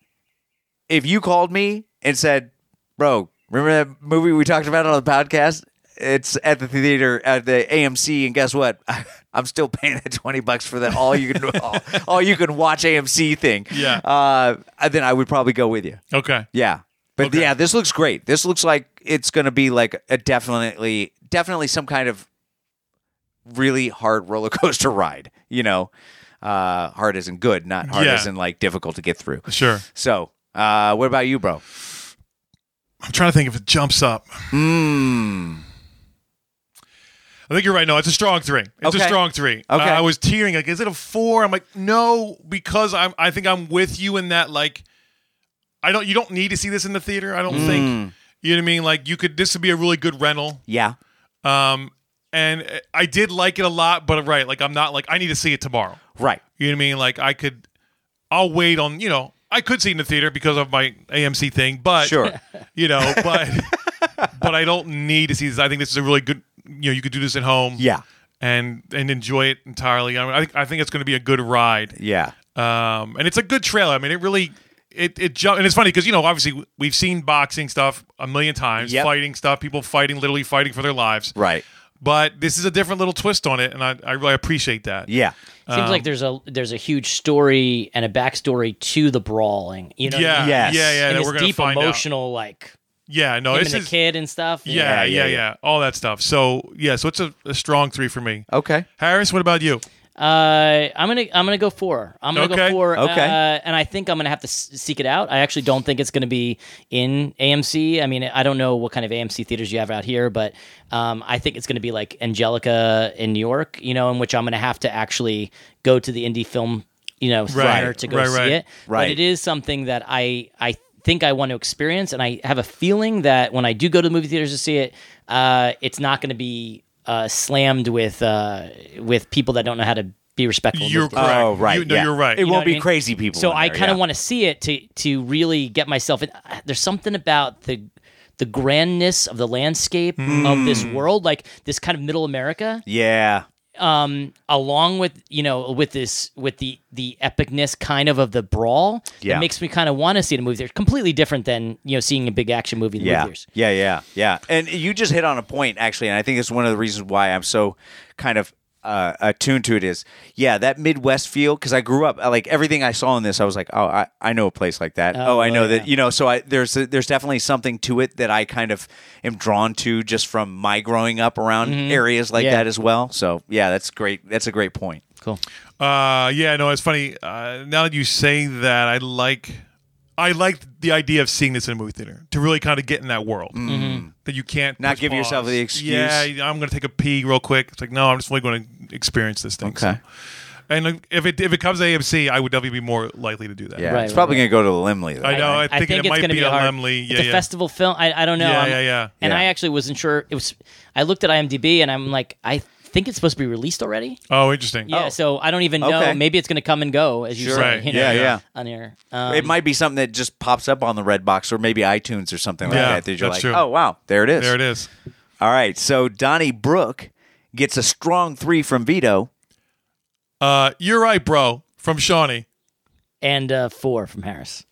[SPEAKER 1] if you called me and said, bro, remember that movie we talked about on the podcast? It's at the theater at the AMC, and guess what? <laughs> I'm still paying that twenty bucks for that all you can <laughs> all, all you can watch AMC thing.
[SPEAKER 2] Yeah.
[SPEAKER 1] Uh, then I would probably go with you.
[SPEAKER 2] Okay.
[SPEAKER 1] Yeah. But
[SPEAKER 2] Okay.
[SPEAKER 1] yeah, this looks great. This looks like it's going to be like a definitely, definitely some kind of really hard roller <laughs> coaster ride. You know, uh, hard isn't good, not hard
[SPEAKER 2] Yeah.
[SPEAKER 1] isn't like difficult to get through.
[SPEAKER 2] Sure.
[SPEAKER 1] So, uh, what about you, bro?
[SPEAKER 2] I'm trying to think if it jumps up. Hmm.
[SPEAKER 1] Mmm.
[SPEAKER 2] I think you're right. No, it's a strong three. It's a
[SPEAKER 1] Okay.
[SPEAKER 2] strong three.
[SPEAKER 1] Okay.
[SPEAKER 2] I was teetering. Like, is it a four? I'm like, no, because I'm. I think I'm with you in that. Like, I don't. You don't need to see this in the theater. I don't
[SPEAKER 1] Hmm.
[SPEAKER 2] think. You know what I mean? Like, you could. This would be a really good rental.
[SPEAKER 1] Yeah.
[SPEAKER 2] Um, and uh, I did like it a lot. But right, like, I'm not like I need to see it tomorrow.
[SPEAKER 1] Right.
[SPEAKER 2] You know what I mean? Like, I could. I'll wait on. You know, I could see it in the theater because of my AMC thing. But <laughs>
[SPEAKER 1] Sure.
[SPEAKER 2] you know, but <laughs> but I don't need to see this. I think this is a really good. You know, you could do this at home.
[SPEAKER 1] Yeah.
[SPEAKER 2] and and enjoy it entirely. I, mean, I think I think it's going to be a good ride.
[SPEAKER 1] yeah.
[SPEAKER 2] Um, and it's a good trailer. I mean, it really it it jump and it's funny because you know obviously we've seen boxing stuff a million times,
[SPEAKER 1] Yep.
[SPEAKER 2] fighting stuff, people fighting, literally fighting for their lives.
[SPEAKER 1] Right.
[SPEAKER 2] But this is a different little twist on it, and I, I really appreciate that.
[SPEAKER 1] Yeah.
[SPEAKER 3] Seems like there's a there's a huge story and a backstory to the brawling. You know, what I
[SPEAKER 2] yeah,
[SPEAKER 3] mean?
[SPEAKER 1] Yes.
[SPEAKER 2] yeah, yeah.
[SPEAKER 3] and
[SPEAKER 2] that
[SPEAKER 3] this
[SPEAKER 2] we're gonna
[SPEAKER 3] deep
[SPEAKER 2] find out.
[SPEAKER 3] emotional like
[SPEAKER 2] Yeah, no,
[SPEAKER 3] him
[SPEAKER 2] this
[SPEAKER 3] and the
[SPEAKER 2] is
[SPEAKER 3] kid and stuff.
[SPEAKER 2] yeah, yeah,
[SPEAKER 1] yeah,
[SPEAKER 2] yeah,
[SPEAKER 1] yeah.
[SPEAKER 2] all that stuff. So yeah, so it's a, a strong three for me.
[SPEAKER 1] Okay.
[SPEAKER 2] Harris, what about you?
[SPEAKER 3] Uh, I'm gonna I'm gonna go four. I'm gonna
[SPEAKER 2] Okay.
[SPEAKER 3] go four.
[SPEAKER 1] Okay.
[SPEAKER 3] Uh, and I think I'm gonna have to s- seek it out. I actually don't think it's gonna be in AMC. I mean, I don't know what kind of AMC theaters you have out here, but um, I think it's gonna be like Angelica in New York, you know, in which I'm gonna have to actually go to the indie film, you know, theater to go
[SPEAKER 2] right,
[SPEAKER 3] see
[SPEAKER 2] right.
[SPEAKER 3] it.
[SPEAKER 1] Right.
[SPEAKER 3] But it is something that I I think I want to experience, and I have a feeling that when I do go to the movie theaters to see it, uh, it's not going to be uh, slammed with uh, with people that don't know how to be respectful. of
[SPEAKER 2] You're
[SPEAKER 3] movie.
[SPEAKER 2] correct.
[SPEAKER 1] Oh, right.
[SPEAKER 2] You, no,
[SPEAKER 1] yeah.
[SPEAKER 2] you're right.
[SPEAKER 1] It
[SPEAKER 3] You know
[SPEAKER 1] won't
[SPEAKER 3] what
[SPEAKER 1] be
[SPEAKER 3] I mean?
[SPEAKER 1] crazy people.
[SPEAKER 3] So
[SPEAKER 1] in
[SPEAKER 3] I
[SPEAKER 1] there,
[SPEAKER 3] kind of
[SPEAKER 1] yeah.
[SPEAKER 3] want to see it to to really get myself. In, there's something about the the grandness of the landscape of this
[SPEAKER 1] Hmm.
[SPEAKER 3] world, like this kind of middle America
[SPEAKER 1] Yeah.
[SPEAKER 3] um, along with you know with this with the the epicness kind of of the brawl,
[SPEAKER 1] Yeah.
[SPEAKER 3] it makes me kind of want to see the movie. They're completely different than you know seeing a big action movie in the
[SPEAKER 1] yeah.
[SPEAKER 3] movie theaters.
[SPEAKER 1] Yeah, yeah, yeah. And you just hit on a point actually, and I think it's one of the reasons why I'm so kind of uh, attuned to it is yeah that Midwest feel because I grew up like everything I saw in this I was like oh I, I know a place like that oh, I know that you know so I there's there's definitely something to it that I kind of am drawn to just from my growing up around areas like
[SPEAKER 3] Mm-hmm. Yeah.
[SPEAKER 1] that as well so yeah that's great that's a great point
[SPEAKER 3] Cool.
[SPEAKER 2] Uh, yeah, no, it's funny. Uh, now that you say that, I like, I like the idea of seeing this in a movie theater to really kind of get in that world Mm-hmm. that you can't
[SPEAKER 1] Mm. Not
[SPEAKER 2] push
[SPEAKER 1] give yourself
[SPEAKER 2] pause.
[SPEAKER 1] the excuse.
[SPEAKER 2] Yeah, I'm going to take a pee real quick. It's like no, I'm just really going to experience this thing.
[SPEAKER 1] Okay.
[SPEAKER 2] So- and uh, if it if it comes to AMC, I would definitely be more likely to do that.
[SPEAKER 1] yeah
[SPEAKER 3] Right,
[SPEAKER 1] it's
[SPEAKER 3] right,
[SPEAKER 1] probably gonna go to the Limley though.
[SPEAKER 2] I know. I, think, it
[SPEAKER 3] it's
[SPEAKER 2] might
[SPEAKER 3] gonna
[SPEAKER 2] be, a
[SPEAKER 3] hard.
[SPEAKER 2] Lemley.
[SPEAKER 3] It's
[SPEAKER 2] Yeah,
[SPEAKER 3] a
[SPEAKER 2] yeah.
[SPEAKER 3] festival film. I, I don't know.
[SPEAKER 2] Yeah,
[SPEAKER 3] I'm-
[SPEAKER 2] yeah, yeah.
[SPEAKER 3] And
[SPEAKER 1] Yeah.
[SPEAKER 3] I actually wasn't sure. It was. I looked at IMDb and I'm like, I think it's supposed to be released already.
[SPEAKER 2] Oh, interesting.
[SPEAKER 3] Yeah. So I don't even know.
[SPEAKER 1] Okay.
[SPEAKER 3] Maybe it's going to come and go as you
[SPEAKER 1] Sure.
[SPEAKER 3] say.
[SPEAKER 2] Right.
[SPEAKER 3] you
[SPEAKER 1] Yeah,
[SPEAKER 3] know,
[SPEAKER 1] yeah.
[SPEAKER 3] On here. Um,
[SPEAKER 1] it might be something that just pops up on the red box or maybe iTunes or something like
[SPEAKER 2] Yeah,
[SPEAKER 1] that that you're
[SPEAKER 2] that's
[SPEAKER 1] like
[SPEAKER 2] true.
[SPEAKER 1] oh wow there it is
[SPEAKER 2] There it is.
[SPEAKER 1] All right, so Donnie Brook gets a strong three from Vito.
[SPEAKER 2] Uh, you're right, bro. From Shawnee.
[SPEAKER 3] and uh, four from Harris.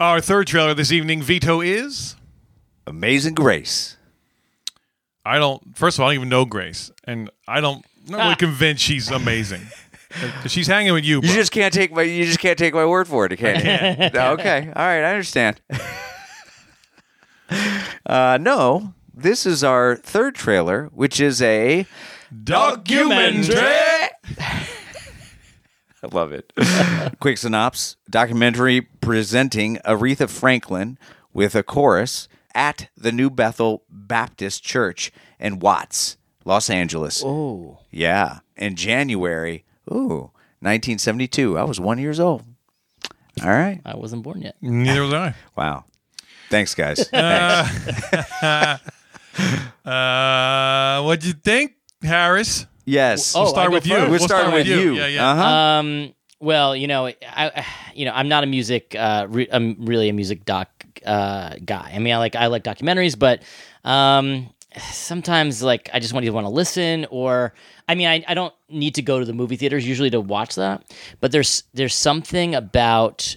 [SPEAKER 2] Our third trailer this evening, Vito is.
[SPEAKER 1] Amazing Grace.
[SPEAKER 2] I don't. First of all, I don't even know Grace, and I don't. I'm not really convinced she's amazing. Like, she's hanging with you.
[SPEAKER 1] You
[SPEAKER 2] Bro.
[SPEAKER 1] just can't take my you just can't take my word for it, can you? okay, all right, I understand. <laughs> uh, no, this is our third trailer, which is a
[SPEAKER 2] Documentary.
[SPEAKER 1] <laughs> I love it. <laughs> Quick synopsis documentary presenting Aretha Franklin with a chorus at the New Bethel Baptist Church in Watts, Los Angeles. Oh. Yeah. In January, ooh, 1972. I was one years old. All right.
[SPEAKER 3] I wasn't born yet.
[SPEAKER 2] Neither was I.
[SPEAKER 1] Wow. Thanks, <laughs> guys.
[SPEAKER 2] Uh, what'd you think, Harris?
[SPEAKER 1] yes.
[SPEAKER 3] Oh, I
[SPEAKER 2] Start
[SPEAKER 3] go
[SPEAKER 2] with you.
[SPEAKER 3] first?
[SPEAKER 1] we'll, start, with you.
[SPEAKER 2] Yeah, yeah.
[SPEAKER 1] Uh-huh.
[SPEAKER 3] Um, well, you know, I, I, <sighs> you know, I'm not a music. Uh, re- I'm really a music doc uh, guy. I mean, I like I like documentaries, but um, sometimes like I just want to want to listen, or I mean, I, I don't need to go to the movie theaters usually to watch that. But there's there's something about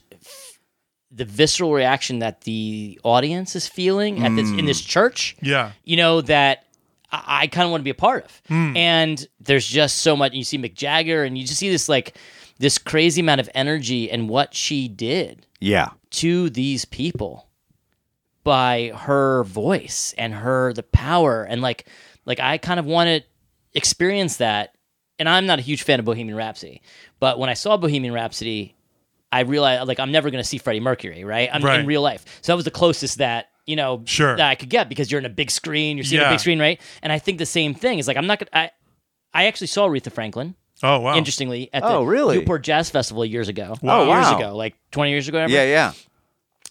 [SPEAKER 3] the visceral reaction that the audience is feeling at this in this church.
[SPEAKER 2] Yeah.
[SPEAKER 3] you know that I, I kind of want to be a part of. And there's just so much. You see Mick Jagger, and you just see this like this crazy amount of energy and what she did
[SPEAKER 1] Yeah.
[SPEAKER 3] to these people by her voice and her the power and like like I kind of want to experience that and I'm not a huge fan of Bohemian Rhapsody but when I saw Bohemian Rhapsody I realized like I'm never going to see Freddie Mercury right I'm
[SPEAKER 2] Right.
[SPEAKER 3] in real life so that was the closest that you know
[SPEAKER 2] Sure.
[SPEAKER 3] that I could get because you're in a big screen you're seeing a
[SPEAKER 2] Yeah.
[SPEAKER 3] big screen right and I think the same thing is like I'm not gonna I I actually saw Aretha Franklin
[SPEAKER 2] Oh wow.
[SPEAKER 3] interestingly at the
[SPEAKER 1] Oh, really?
[SPEAKER 3] Newport Jazz Festival years ago
[SPEAKER 1] Wow. Oh,
[SPEAKER 3] years
[SPEAKER 1] wow.
[SPEAKER 3] ago like 20 years ago whatever.
[SPEAKER 1] Yeah, yeah.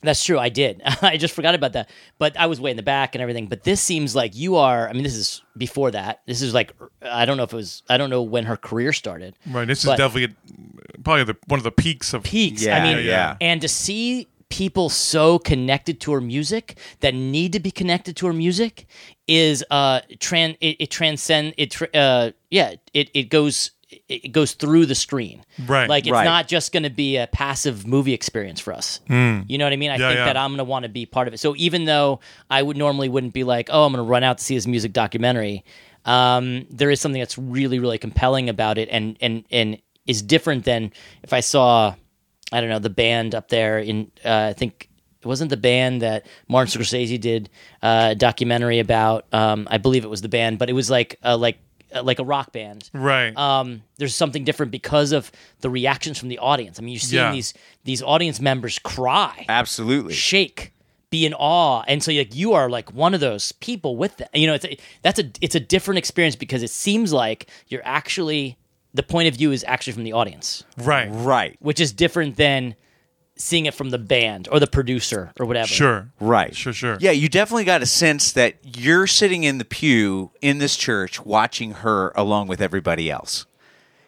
[SPEAKER 3] That's true. I did. <laughs> I just forgot about that. But I was way in the back and everything. But this seems like you are. I mean, this is before that. This is like I don't know if it was. I don't know when her career started.
[SPEAKER 2] Right. This is
[SPEAKER 3] But-
[SPEAKER 2] definitely a, probably the, one of the peaks of
[SPEAKER 3] Peaks.
[SPEAKER 1] Yeah,
[SPEAKER 3] I mean,
[SPEAKER 1] yeah.
[SPEAKER 3] And to see people so connected to her music that need to be connected to her music is uh tran it, it transcend it tr- uh yeah it it goes it- it goes through the screen
[SPEAKER 2] Right.
[SPEAKER 3] like it's
[SPEAKER 1] Right.
[SPEAKER 3] not just going to be a passive movie experience for us you know what i mean i
[SPEAKER 2] Hmm. Yeah,
[SPEAKER 3] think
[SPEAKER 2] yeah.
[SPEAKER 3] that i'm going to want to be part of it so even though i would normally wouldn't be like oh i'm going to run out to see his music documentary um, there is something that's really really compelling about it and and and is different than if i saw i don't know the band up there in uh, i think it wasn't the band that Martin Scorsese did uh, a documentary about. Um, I believe it was the band, but it was like uh, like uh, like a rock band,
[SPEAKER 2] Right.
[SPEAKER 1] Uh,
[SPEAKER 3] um, there's something different because of the reactions from the audience. I mean, you're seeing
[SPEAKER 2] Yeah.
[SPEAKER 3] these these audience members cry,
[SPEAKER 1] Absolutely.
[SPEAKER 3] shake, be in awe, and so like you are like one of those people with that. You know, it's a, that's a it's a different experience because it seems like you're actually the point of view is actually from the audience,
[SPEAKER 2] right.
[SPEAKER 1] Right.
[SPEAKER 3] which is different than seeing it from the band or the producer or whatever.
[SPEAKER 2] Sure.
[SPEAKER 1] Right.
[SPEAKER 2] Sure. Sure.
[SPEAKER 1] Yeah, you definitely got a sense that you're sitting in the pew in this church watching her along with everybody else.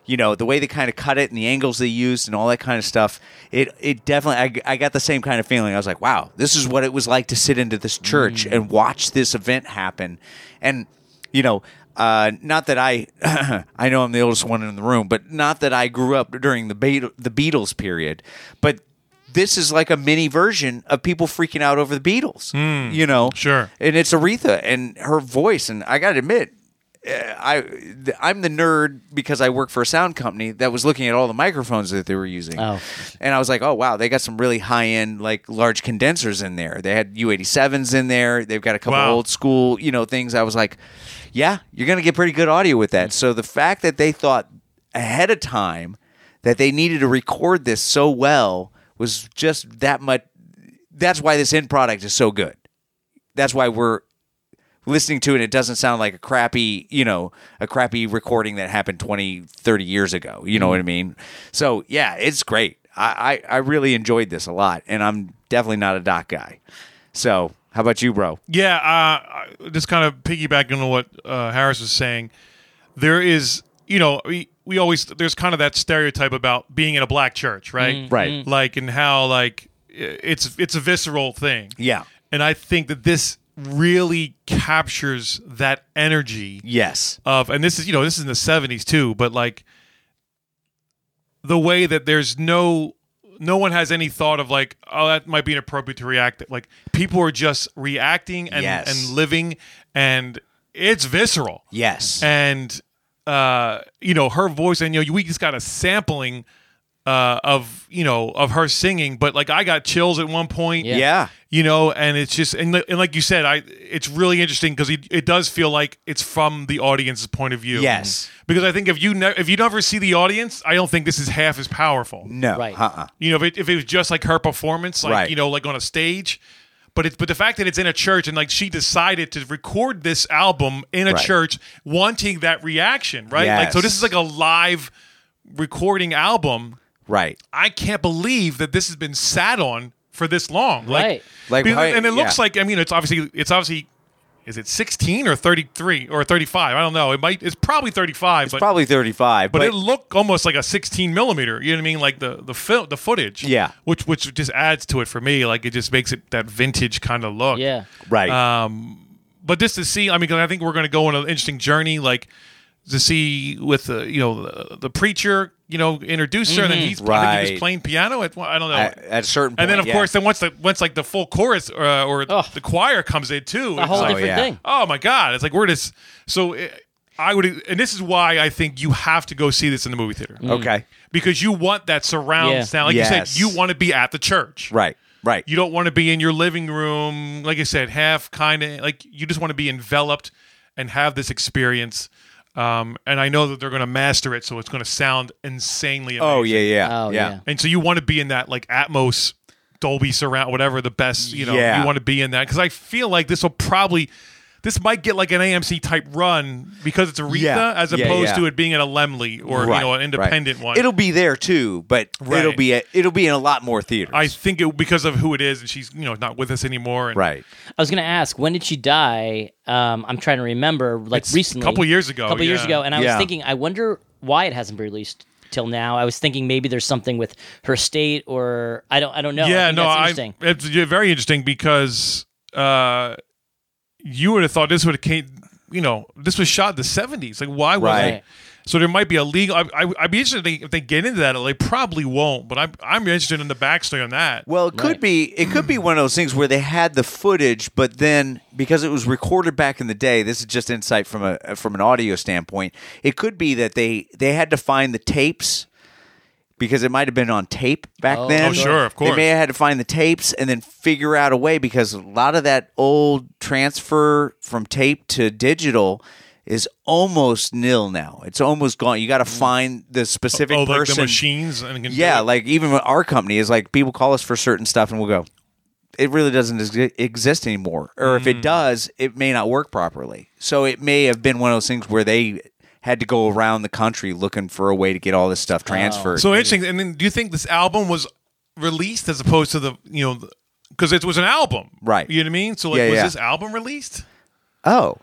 [SPEAKER 1] You know, the way they kind of cut it and the angles they used and all that kind of stuff. It it definitely I, I got the same kind of feeling. I was like, "Wow, this is what it was like to sit into this church and watch this event happen." And you know, uh, not that I <clears throat> I know I'm the oldest one in the room, but not that I grew up during the Beat- the Beatles period, but this is like a mini version of people freaking out over the Beatles. you know,
[SPEAKER 2] sure.
[SPEAKER 1] And it's Aretha and her voice, and I gotta admit, eh, I th- I'm the nerd because I work for a sound company that was looking at all the microphones that they were using.
[SPEAKER 3] Oh.
[SPEAKER 1] And I was like, oh wow, they got some really high end like large condensers in there. They had U87s in there. They've got a couple
[SPEAKER 2] Wow.
[SPEAKER 1] old school you know things. I was like, yeah, you're gonna get pretty good audio with that. So the fact that they thought ahead of time that they needed to record this so well was just that much. That's why this end product is so good. That's why we're listening to it it doesn't sound like a crappy you know a crappy recording that happened 20 30 years ago you know what i mean so yeah it's great I, I i really enjoyed this a lot and i'm definitely not a doc guy so how about you bro
[SPEAKER 2] Yeah, uh, I- just kind of piggybacking on what uh, Harris was saying, there is, you know, we, we always there's kind of that stereotype about being in a black church, right?
[SPEAKER 1] Right. mm.
[SPEAKER 2] Like, and how like i- it's it's a visceral thing.
[SPEAKER 1] Yeah.
[SPEAKER 2] And I think that this really captures that energy
[SPEAKER 1] yes
[SPEAKER 2] of and this is you know this is in the 70s too but like the way that there's no no one has any thought of like oh that might be inappropriate to react like people are just reacting and
[SPEAKER 1] Yes.
[SPEAKER 2] and living and it's visceral
[SPEAKER 1] yes
[SPEAKER 2] and uh you know her voice and you know we just got a sampling uh of you know of her singing but like i got chills at one point
[SPEAKER 3] Yeah.
[SPEAKER 1] yeah
[SPEAKER 2] you know and it's just and, li- and like you said i it's really interesting because it, it does feel like it's from the audience's point of view
[SPEAKER 1] Yes.
[SPEAKER 2] because i think if you ne- if you never see the audience i don't think this is half as powerful
[SPEAKER 1] no
[SPEAKER 3] Right.
[SPEAKER 1] uh-uh
[SPEAKER 2] you know if it, if it was just like her performance like
[SPEAKER 1] Right.
[SPEAKER 2] you know like on a stage but it's but the fact that it's in a church and like she decided to record this album in a
[SPEAKER 1] Right.
[SPEAKER 2] church wanting that reaction right like so
[SPEAKER 1] Yes.
[SPEAKER 2] this is like a live recording album
[SPEAKER 1] right
[SPEAKER 2] I can't believe that this has been sat on for this long. Like,
[SPEAKER 3] Right.
[SPEAKER 1] Like,
[SPEAKER 2] because-
[SPEAKER 1] why-
[SPEAKER 2] and it looks
[SPEAKER 1] yeah.
[SPEAKER 2] like I mean, it's obviously it's obviously is it sixteen or thirty three or thirty five? I don't know. It might it's probably thirty five, but
[SPEAKER 1] probably 35
[SPEAKER 2] but
[SPEAKER 1] but,
[SPEAKER 2] it looked almost like a sixteen millimeter. You know what I mean? Like the the fil- the footage,
[SPEAKER 1] Yeah.
[SPEAKER 2] Which which just adds to it for me. Like it just makes it that vintage kind of look,
[SPEAKER 3] Yeah.
[SPEAKER 1] right
[SPEAKER 2] uh, but just to see, I mean, 'cause I think we're going to go on an interesting journey. Like to see with the you know the, the preacher you know introduced her and then he's I think he
[SPEAKER 1] Mm-hmm. Right.
[SPEAKER 2] was playing piano at I don't know
[SPEAKER 1] At, at a certain point.
[SPEAKER 2] and then of
[SPEAKER 1] yeah.
[SPEAKER 2] course then once the once like the full chorus uh, or
[SPEAKER 3] Ugh.
[SPEAKER 2] the choir comes in too
[SPEAKER 3] a
[SPEAKER 2] it's
[SPEAKER 3] whole
[SPEAKER 2] like,
[SPEAKER 3] different
[SPEAKER 1] yeah.
[SPEAKER 3] thing.
[SPEAKER 2] oh my god it's like we're just so eh, I would and this is why I think you have to go see this in the movie theater
[SPEAKER 1] Okay.
[SPEAKER 2] because you want that surround
[SPEAKER 3] Mm. Yeah.
[SPEAKER 2] sound like
[SPEAKER 1] Yes.
[SPEAKER 2] you said you want to be at the church
[SPEAKER 1] Right. Right.
[SPEAKER 2] you don't want to be in your living room like i said half kind of like you just want to be enveloped and have this experience um, and i know that they're going to master it so it's going to sound insanely amazing.
[SPEAKER 1] oh yeah. Yeah.
[SPEAKER 3] Oh,
[SPEAKER 1] yeah.
[SPEAKER 3] yeah.
[SPEAKER 2] and so you want to be in that like atmos dolby surround whatever the best you know
[SPEAKER 1] Yeah.
[SPEAKER 2] you want to be in that because i feel like this will probably this might get like an AMC type run because it's Aretha
[SPEAKER 1] Yeah.
[SPEAKER 2] as
[SPEAKER 1] Yeah,
[SPEAKER 2] opposed
[SPEAKER 1] yeah.
[SPEAKER 2] to it being at a Lemley or
[SPEAKER 1] Right,
[SPEAKER 2] you know an
[SPEAKER 1] right.
[SPEAKER 2] independent one.
[SPEAKER 1] It'll be there too, but it'll
[SPEAKER 2] Right.
[SPEAKER 1] be a, it'll be in a lot more theaters.
[SPEAKER 2] I think it because of who it is and she's you know not with us anymore. And
[SPEAKER 1] right.
[SPEAKER 3] I was going to ask when did she die? Um, I'm trying to remember, like
[SPEAKER 2] It's a
[SPEAKER 3] recently,
[SPEAKER 2] couple years ago,
[SPEAKER 3] couple years
[SPEAKER 2] yeah.
[SPEAKER 3] ago, and I was
[SPEAKER 1] Yeah.
[SPEAKER 3] thinking, I wonder why it hasn't been released till now. I was thinking maybe there's something with her state, or I don't, I don't know. I
[SPEAKER 2] yeah,
[SPEAKER 3] think
[SPEAKER 2] no,
[SPEAKER 3] that's
[SPEAKER 2] I,
[SPEAKER 3] interesting.
[SPEAKER 2] it's very interesting because uh, you would have thought this would have came, you know, this was shot in the seventies. Like, why was
[SPEAKER 1] Right.
[SPEAKER 2] it? So there might be a legal. I, I, I'd be interested if they- if they get into that. They probably won't, but I'm I'm interested in the backstory on that.
[SPEAKER 1] Well, it could be it could be one of those things where they had the footage, but then because it was recorded back in the day, this is just insight from a from an audio standpoint. It could be that they they had to find the tapes because it might have been on tape back
[SPEAKER 3] Oh,
[SPEAKER 1] then.
[SPEAKER 3] Oh,
[SPEAKER 2] sure, of
[SPEAKER 1] They
[SPEAKER 2] course.
[SPEAKER 1] may have had to find the tapes and then figure out a way because a lot of that old transfer from tape to digital is almost nil now. It's almost gone. You got to find the specific
[SPEAKER 2] Mm. oh, like
[SPEAKER 1] person
[SPEAKER 2] the machines and can do
[SPEAKER 1] yeah,
[SPEAKER 2] it.
[SPEAKER 1] like even our company is like people call us for certain stuff, and we'll go. It really doesn't ex- exist anymore, or if
[SPEAKER 2] Mm.
[SPEAKER 1] it does, it may not work properly. So it may have been one of those things where they had to go around the country looking for a way to get all this stuff transferred.
[SPEAKER 2] Oh. so interesting. And then do you think this album was released as opposed to the you know because it was an album,
[SPEAKER 1] Right.
[SPEAKER 2] You know what I mean? So like,
[SPEAKER 1] Yeah,
[SPEAKER 2] was
[SPEAKER 1] yeah.
[SPEAKER 2] this album released?
[SPEAKER 1] oh,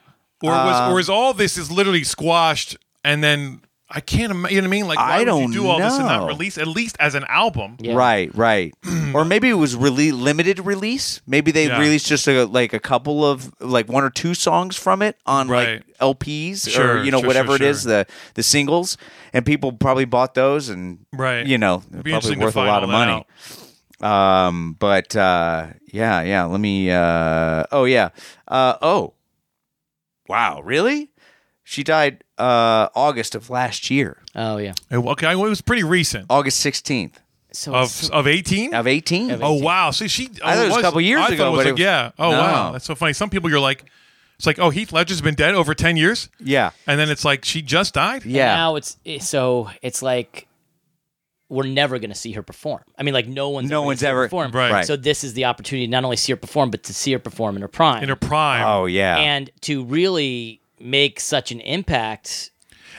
[SPEAKER 2] or was
[SPEAKER 1] Um,
[SPEAKER 2] or is all this is literally squashed and then I can't imagine. You know what I mean? Like, why
[SPEAKER 1] I don't
[SPEAKER 2] would you do all this and
[SPEAKER 1] know.
[SPEAKER 2] not release at least as an album?
[SPEAKER 3] Yeah.
[SPEAKER 2] <clears throat>
[SPEAKER 1] right, right, or maybe it was really limited release. Maybe they
[SPEAKER 2] Yeah.
[SPEAKER 1] released just a, like a couple of like one or two songs from it on
[SPEAKER 2] Right.
[SPEAKER 1] like LPs or
[SPEAKER 2] Sure,
[SPEAKER 1] you
[SPEAKER 2] sure,
[SPEAKER 1] know
[SPEAKER 2] sure,
[SPEAKER 1] whatever it is
[SPEAKER 2] sure.
[SPEAKER 1] the the singles, and people probably bought those and
[SPEAKER 2] Right.
[SPEAKER 1] you know
[SPEAKER 2] It'd be
[SPEAKER 1] probably
[SPEAKER 2] interesting to
[SPEAKER 1] worth a
[SPEAKER 2] find
[SPEAKER 1] lot of
[SPEAKER 2] all that
[SPEAKER 1] money. Um, but uh, yeah, yeah. Let me. Uh, oh yeah. Uh, oh, wow. Really? She died uh, August of last year,
[SPEAKER 3] Oh yeah.
[SPEAKER 2] It- Okay, it was pretty recent
[SPEAKER 1] August sixteenth
[SPEAKER 3] So it's-
[SPEAKER 2] of of eighteen.
[SPEAKER 1] of eighteen.
[SPEAKER 2] Oh wow! So she.
[SPEAKER 1] I thought it was a couple years
[SPEAKER 2] I thought
[SPEAKER 1] ago,
[SPEAKER 2] it was
[SPEAKER 1] but it
[SPEAKER 2] like,
[SPEAKER 1] was-
[SPEAKER 2] yeah. Oh
[SPEAKER 1] No.
[SPEAKER 2] wow, that's so funny. Some people you're like, it's like, oh, Heath Ledger's been dead over ten years,
[SPEAKER 1] Yeah,
[SPEAKER 2] and then it's like she just died.
[SPEAKER 1] yeah.
[SPEAKER 3] now it's it- so it's like we're never going to see her perform. I mean, like no one's
[SPEAKER 1] No
[SPEAKER 3] gonna
[SPEAKER 1] one's
[SPEAKER 3] see her
[SPEAKER 1] ever-
[SPEAKER 3] perform.
[SPEAKER 2] Right. Right.
[SPEAKER 3] So this is the opportunity to not only see her perform, but to see her perform in her prime,
[SPEAKER 2] In her prime,
[SPEAKER 1] oh yeah.
[SPEAKER 3] and to really make such an impact.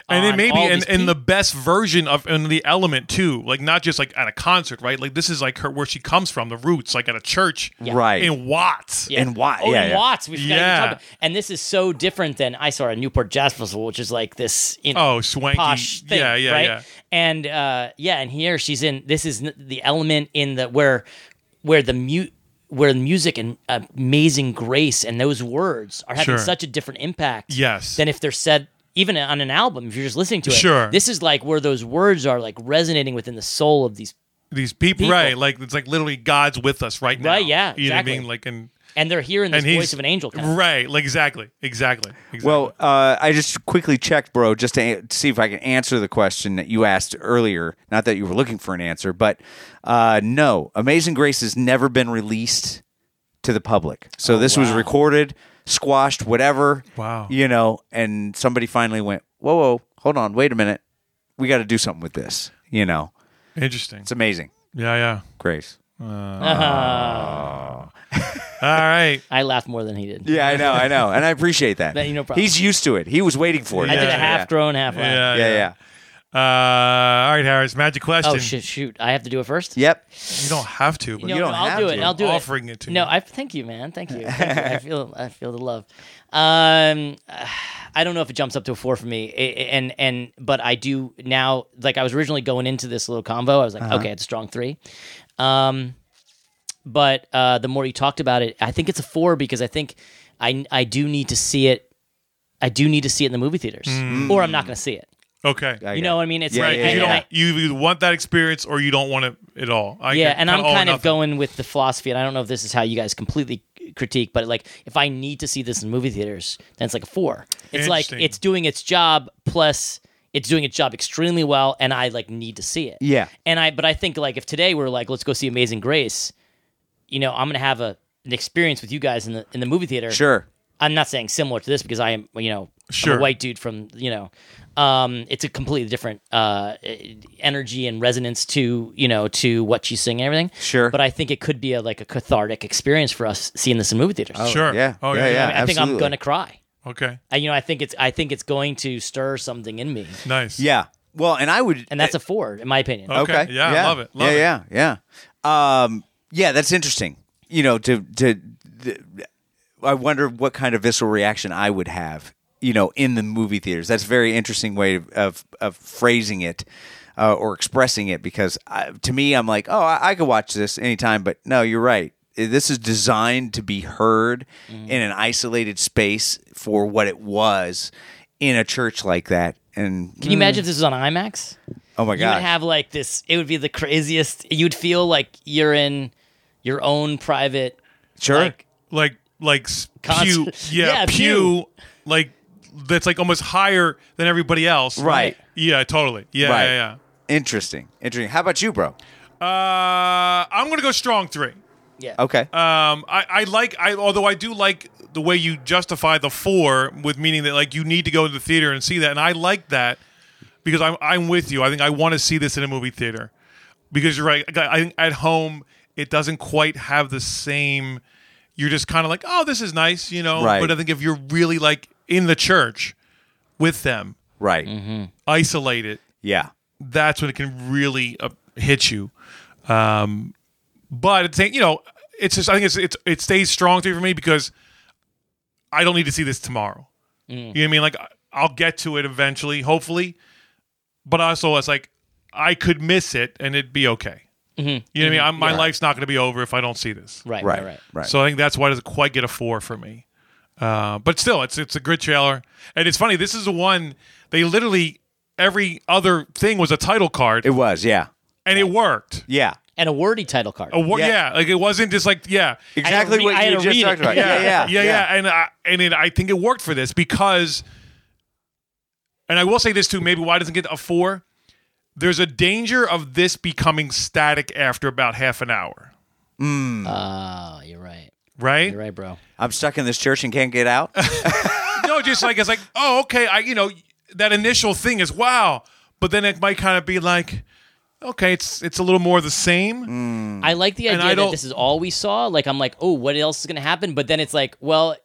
[SPEAKER 2] and then
[SPEAKER 3] on
[SPEAKER 2] maybe
[SPEAKER 3] all
[SPEAKER 2] in,
[SPEAKER 3] these
[SPEAKER 2] in the
[SPEAKER 3] peop-
[SPEAKER 2] best version of in the element too, like not just like at a concert, right? Like this is like her where she comes from, the roots, like at a church,
[SPEAKER 1] Right.
[SPEAKER 2] In Watts,
[SPEAKER 3] Yeah.
[SPEAKER 1] and Wa-
[SPEAKER 3] Oh,
[SPEAKER 1] yeah,
[SPEAKER 3] and
[SPEAKER 1] yeah.
[SPEAKER 3] Watts. We've yeah.
[SPEAKER 2] Yeah.
[SPEAKER 3] and this is so different than I saw at Newport Jazz Festival, which is like this. You know,
[SPEAKER 2] Oh, swanky.
[SPEAKER 3] posh thing,
[SPEAKER 2] yeah, yeah,
[SPEAKER 3] right?
[SPEAKER 2] yeah.
[SPEAKER 3] And uh, yeah, and here she's in. This is n- the element in the where where the mute where the music and uh, amazing grace and those words are having
[SPEAKER 2] Sure.
[SPEAKER 3] such a different impact.
[SPEAKER 2] Yes.
[SPEAKER 3] than if they're said even on an album. If you're just listening to it,
[SPEAKER 2] Sure.
[SPEAKER 3] This is like where those words are like resonating within the soul of these.
[SPEAKER 2] These people,
[SPEAKER 3] People.
[SPEAKER 2] right? Like it's like literally God's with us right now.
[SPEAKER 3] Right, yeah,
[SPEAKER 2] You know what I
[SPEAKER 3] exactly.
[SPEAKER 2] mean? Like and
[SPEAKER 3] And they're hearing this
[SPEAKER 2] and he's
[SPEAKER 3] voice of an angel. Kind of.
[SPEAKER 2] Right, like exactly, exactly. exactly.
[SPEAKER 1] Well, uh, I just quickly checked, bro, just to a- see if I can answer the question that you asked earlier. Not that you were looking for an answer, but uh, no, Amazing Grace has never been released to the public. So this was recorded, squashed, whatever.
[SPEAKER 2] Oh, Wow.
[SPEAKER 1] You know, and somebody finally went, whoa, whoa, hold on, wait a minute. We got to do something with this. You know,
[SPEAKER 2] interesting.
[SPEAKER 1] it's amazing.
[SPEAKER 2] Yeah,
[SPEAKER 1] Grace.
[SPEAKER 2] yeah. All right.
[SPEAKER 3] I laughed more than he did.
[SPEAKER 1] Yeah, I know, I know. And I appreciate that.
[SPEAKER 3] That- you know, problem.
[SPEAKER 1] He's used to it. He was waiting for it.
[SPEAKER 3] I did a
[SPEAKER 2] Yeah,
[SPEAKER 3] half grown, half laugh.
[SPEAKER 2] Yeah,
[SPEAKER 1] Yeah, yeah.
[SPEAKER 2] Uh, all right, Harris. Magic question.
[SPEAKER 3] Oh shit! Shoot, I have to do it first.
[SPEAKER 1] Yep.
[SPEAKER 2] You don't have to, but
[SPEAKER 3] No,
[SPEAKER 1] you don't
[SPEAKER 3] no, I'll
[SPEAKER 1] have
[SPEAKER 3] do
[SPEAKER 1] to.
[SPEAKER 3] it. I'll do it.
[SPEAKER 2] Offering it to
[SPEAKER 3] no,
[SPEAKER 2] you.
[SPEAKER 3] I thank you, man.
[SPEAKER 1] <laughs>
[SPEAKER 3] Thank you. Thank you. I feel I feel the love. Um, <sighs> I don't know if it jumps up to a four for me, I- I- and and but I do now. Like I was originally going into this little combo, I was like,
[SPEAKER 1] Uh-huh.
[SPEAKER 3] okay, it's a strong three. Um, but uh, the more you talked about it, I think it's a four because I think I I do need to see it I do need to see it in the movie theaters, or I'm not going to see it.
[SPEAKER 2] Okay.
[SPEAKER 1] Mm. I
[SPEAKER 3] You
[SPEAKER 1] got
[SPEAKER 3] know
[SPEAKER 1] it.
[SPEAKER 3] what I mean? It's
[SPEAKER 1] Yeah,
[SPEAKER 2] right.
[SPEAKER 3] like,
[SPEAKER 2] 'cause
[SPEAKER 3] and-
[SPEAKER 2] you don't
[SPEAKER 3] and I-
[SPEAKER 2] you either want that experience or you don't want it at all. I
[SPEAKER 3] yeah,
[SPEAKER 2] get
[SPEAKER 3] and I'm
[SPEAKER 2] all or
[SPEAKER 3] kind of
[SPEAKER 2] nothing.
[SPEAKER 3] going with the philosophy, and I don't know if this is how you guys completely critique, but like if I need to see this in movie theaters, then it's like a four. It's like
[SPEAKER 2] Interesting.
[SPEAKER 3] it's doing its job, plus it's doing its job extremely well, and I like need to see it.
[SPEAKER 1] Yeah.
[SPEAKER 3] and I but I think like if today we're like let's go see Amazing Grace, you know I'm gonna have a an experience with you guys in the in the movie theater.
[SPEAKER 1] Sure.
[SPEAKER 3] I'm not saying similar to this because I am, you know, I'm
[SPEAKER 2] Sure.
[SPEAKER 3] a white dude from, you know, um, it's a completely different uh, energy and resonance to, you know, to what she's singing and everything.
[SPEAKER 1] Sure.
[SPEAKER 3] But I think it could be a, like a cathartic experience for us seeing this in movie theaters.
[SPEAKER 2] Sure.
[SPEAKER 1] Yeah.
[SPEAKER 2] Oh
[SPEAKER 1] yeah.
[SPEAKER 2] yeah.
[SPEAKER 1] Yeah.
[SPEAKER 3] I, mean, I think I'm
[SPEAKER 1] absolutely.
[SPEAKER 3] going to cry.
[SPEAKER 2] Okay.
[SPEAKER 3] I, you know, I think it's I think it's going to stir something in me,
[SPEAKER 2] Nice.
[SPEAKER 1] Yeah. Well, and I would.
[SPEAKER 3] and that's a four, in my opinion.
[SPEAKER 2] Okay. Yeah, I love it, love
[SPEAKER 1] yeah, yeah, yeah. Um, yeah, that's interesting. You know, to to, th- I wonder what kind of visceral reaction I would have. You know, in the movie theaters. That's a very interesting way of of, of phrasing it. Uh, or expressing it because I, to me, I'm like, oh, I, I could watch this anytime, but no, you're right. This is designed to be heard
[SPEAKER 2] Mm-hmm.
[SPEAKER 1] in an isolated space for what it was in a church like that. And
[SPEAKER 3] Can you imagine if this was on IMAX?
[SPEAKER 1] oh my
[SPEAKER 3] you
[SPEAKER 1] god,
[SPEAKER 3] would have like this. It would be the craziest. You'd feel like you're in your own private.
[SPEAKER 1] sure,
[SPEAKER 3] like,
[SPEAKER 2] Like like s- pew.
[SPEAKER 3] Concert-
[SPEAKER 2] Yeah,
[SPEAKER 3] Yeah,
[SPEAKER 2] pew.
[SPEAKER 3] pew.
[SPEAKER 2] Like that's like almost higher than everybody else.
[SPEAKER 1] Right.
[SPEAKER 2] Yeah. Totally. Yeah.
[SPEAKER 1] Right.
[SPEAKER 2] Yeah. yeah.
[SPEAKER 1] Interesting. Interesting. How about you, bro?
[SPEAKER 2] Uh, I'm gonna go strong three.
[SPEAKER 3] Yeah.
[SPEAKER 1] Okay.
[SPEAKER 2] Um, I, I like I although I do like the way you justify the four with meaning that like you need to go to the theater and see that, and I like that because I'm I'm with you. I think I want to see this in a movie theater because you're right. I I think at home it doesn't quite have the same. You're just kind of like, oh, this is nice, you know.
[SPEAKER 1] Right.
[SPEAKER 2] But I think if you're really like in the church with them,
[SPEAKER 1] right.
[SPEAKER 3] Mm-hmm.
[SPEAKER 2] isolated,
[SPEAKER 1] Yeah.
[SPEAKER 2] that's when it can really uh, hit you. Um, but it's you know, it's just I think it's, it's it stays strong through for me because I don't need to see this tomorrow. You know what I mean? Like I- I'll get to it eventually, hopefully. But also, it's like I could miss it and it'd be okay. You know what I mean? I'm, my life's not going to be over if I don't see this.
[SPEAKER 3] Right.
[SPEAKER 1] Right.
[SPEAKER 3] Right.
[SPEAKER 1] Right.
[SPEAKER 3] Right.
[SPEAKER 2] So I think that's why it doesn't quite get a four for me. Uh, but still, it's it's a good trailer, and it's funny. This is the one they literally every other thing was a title card,
[SPEAKER 1] it was. Yeah.
[SPEAKER 2] and it worked.
[SPEAKER 1] Yeah.
[SPEAKER 3] And a wordy title card.
[SPEAKER 2] A wor-
[SPEAKER 1] Yeah.
[SPEAKER 2] yeah. like it wasn't just like yeah,
[SPEAKER 1] Exactly
[SPEAKER 3] re-
[SPEAKER 1] what
[SPEAKER 3] I had
[SPEAKER 1] you
[SPEAKER 3] to
[SPEAKER 1] just
[SPEAKER 3] read
[SPEAKER 1] talked
[SPEAKER 3] it.
[SPEAKER 1] about. Yeah. Yeah.
[SPEAKER 2] yeah, yeah. And I, and it, I think it worked for this because, and I will say this too. Maybe why it doesn't get a four? There's a danger of this becoming static after about half an hour,
[SPEAKER 3] Ah, you're right.
[SPEAKER 2] right?
[SPEAKER 3] You're right, bro.
[SPEAKER 1] I'm stuck in this church and can't
[SPEAKER 2] <laughs>
[SPEAKER 1] get out.
[SPEAKER 2] no, just like it's like, oh, okay, I you know that initial thing is wow, but then it might kind of be like, okay, it's it's a little more the
[SPEAKER 1] Mm.
[SPEAKER 2] same.
[SPEAKER 3] I like the
[SPEAKER 2] And
[SPEAKER 3] idea
[SPEAKER 2] I
[SPEAKER 3] that
[SPEAKER 2] don't-
[SPEAKER 3] this is all we saw. Like I'm like, oh, what else is gonna happen? But then it's like, well,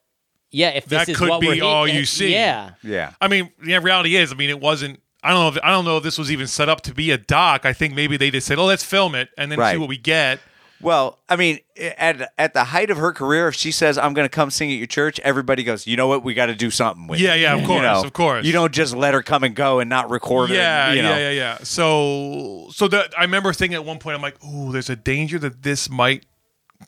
[SPEAKER 3] yeah, if this
[SPEAKER 2] That
[SPEAKER 3] is
[SPEAKER 2] could
[SPEAKER 3] what
[SPEAKER 2] be
[SPEAKER 3] we're hit-
[SPEAKER 2] all you
[SPEAKER 3] eh,
[SPEAKER 2] see.
[SPEAKER 3] Yeah.
[SPEAKER 1] yeah.
[SPEAKER 2] I mean, yeah, reality is, I mean, it wasn't. I don't know. If, I don't know if this was even set up to be a doc. I think maybe they just said, oh, let's film it and then
[SPEAKER 1] Right.
[SPEAKER 2] see what we get.
[SPEAKER 1] Well, I mean, at at the height of her career, if she says, "I'm going to come sing at your church," everybody goes, "You know what? We got to do something with."
[SPEAKER 2] Yeah,
[SPEAKER 1] it."
[SPEAKER 2] yeah, of course,
[SPEAKER 1] you know?
[SPEAKER 2] of course.
[SPEAKER 1] You don't just let her come and go and not record it.
[SPEAKER 2] yeah,
[SPEAKER 1] you know?
[SPEAKER 2] yeah, yeah, yeah. So, so that I remember thinking at one point, I'm like, "Ooh, there's a danger that this might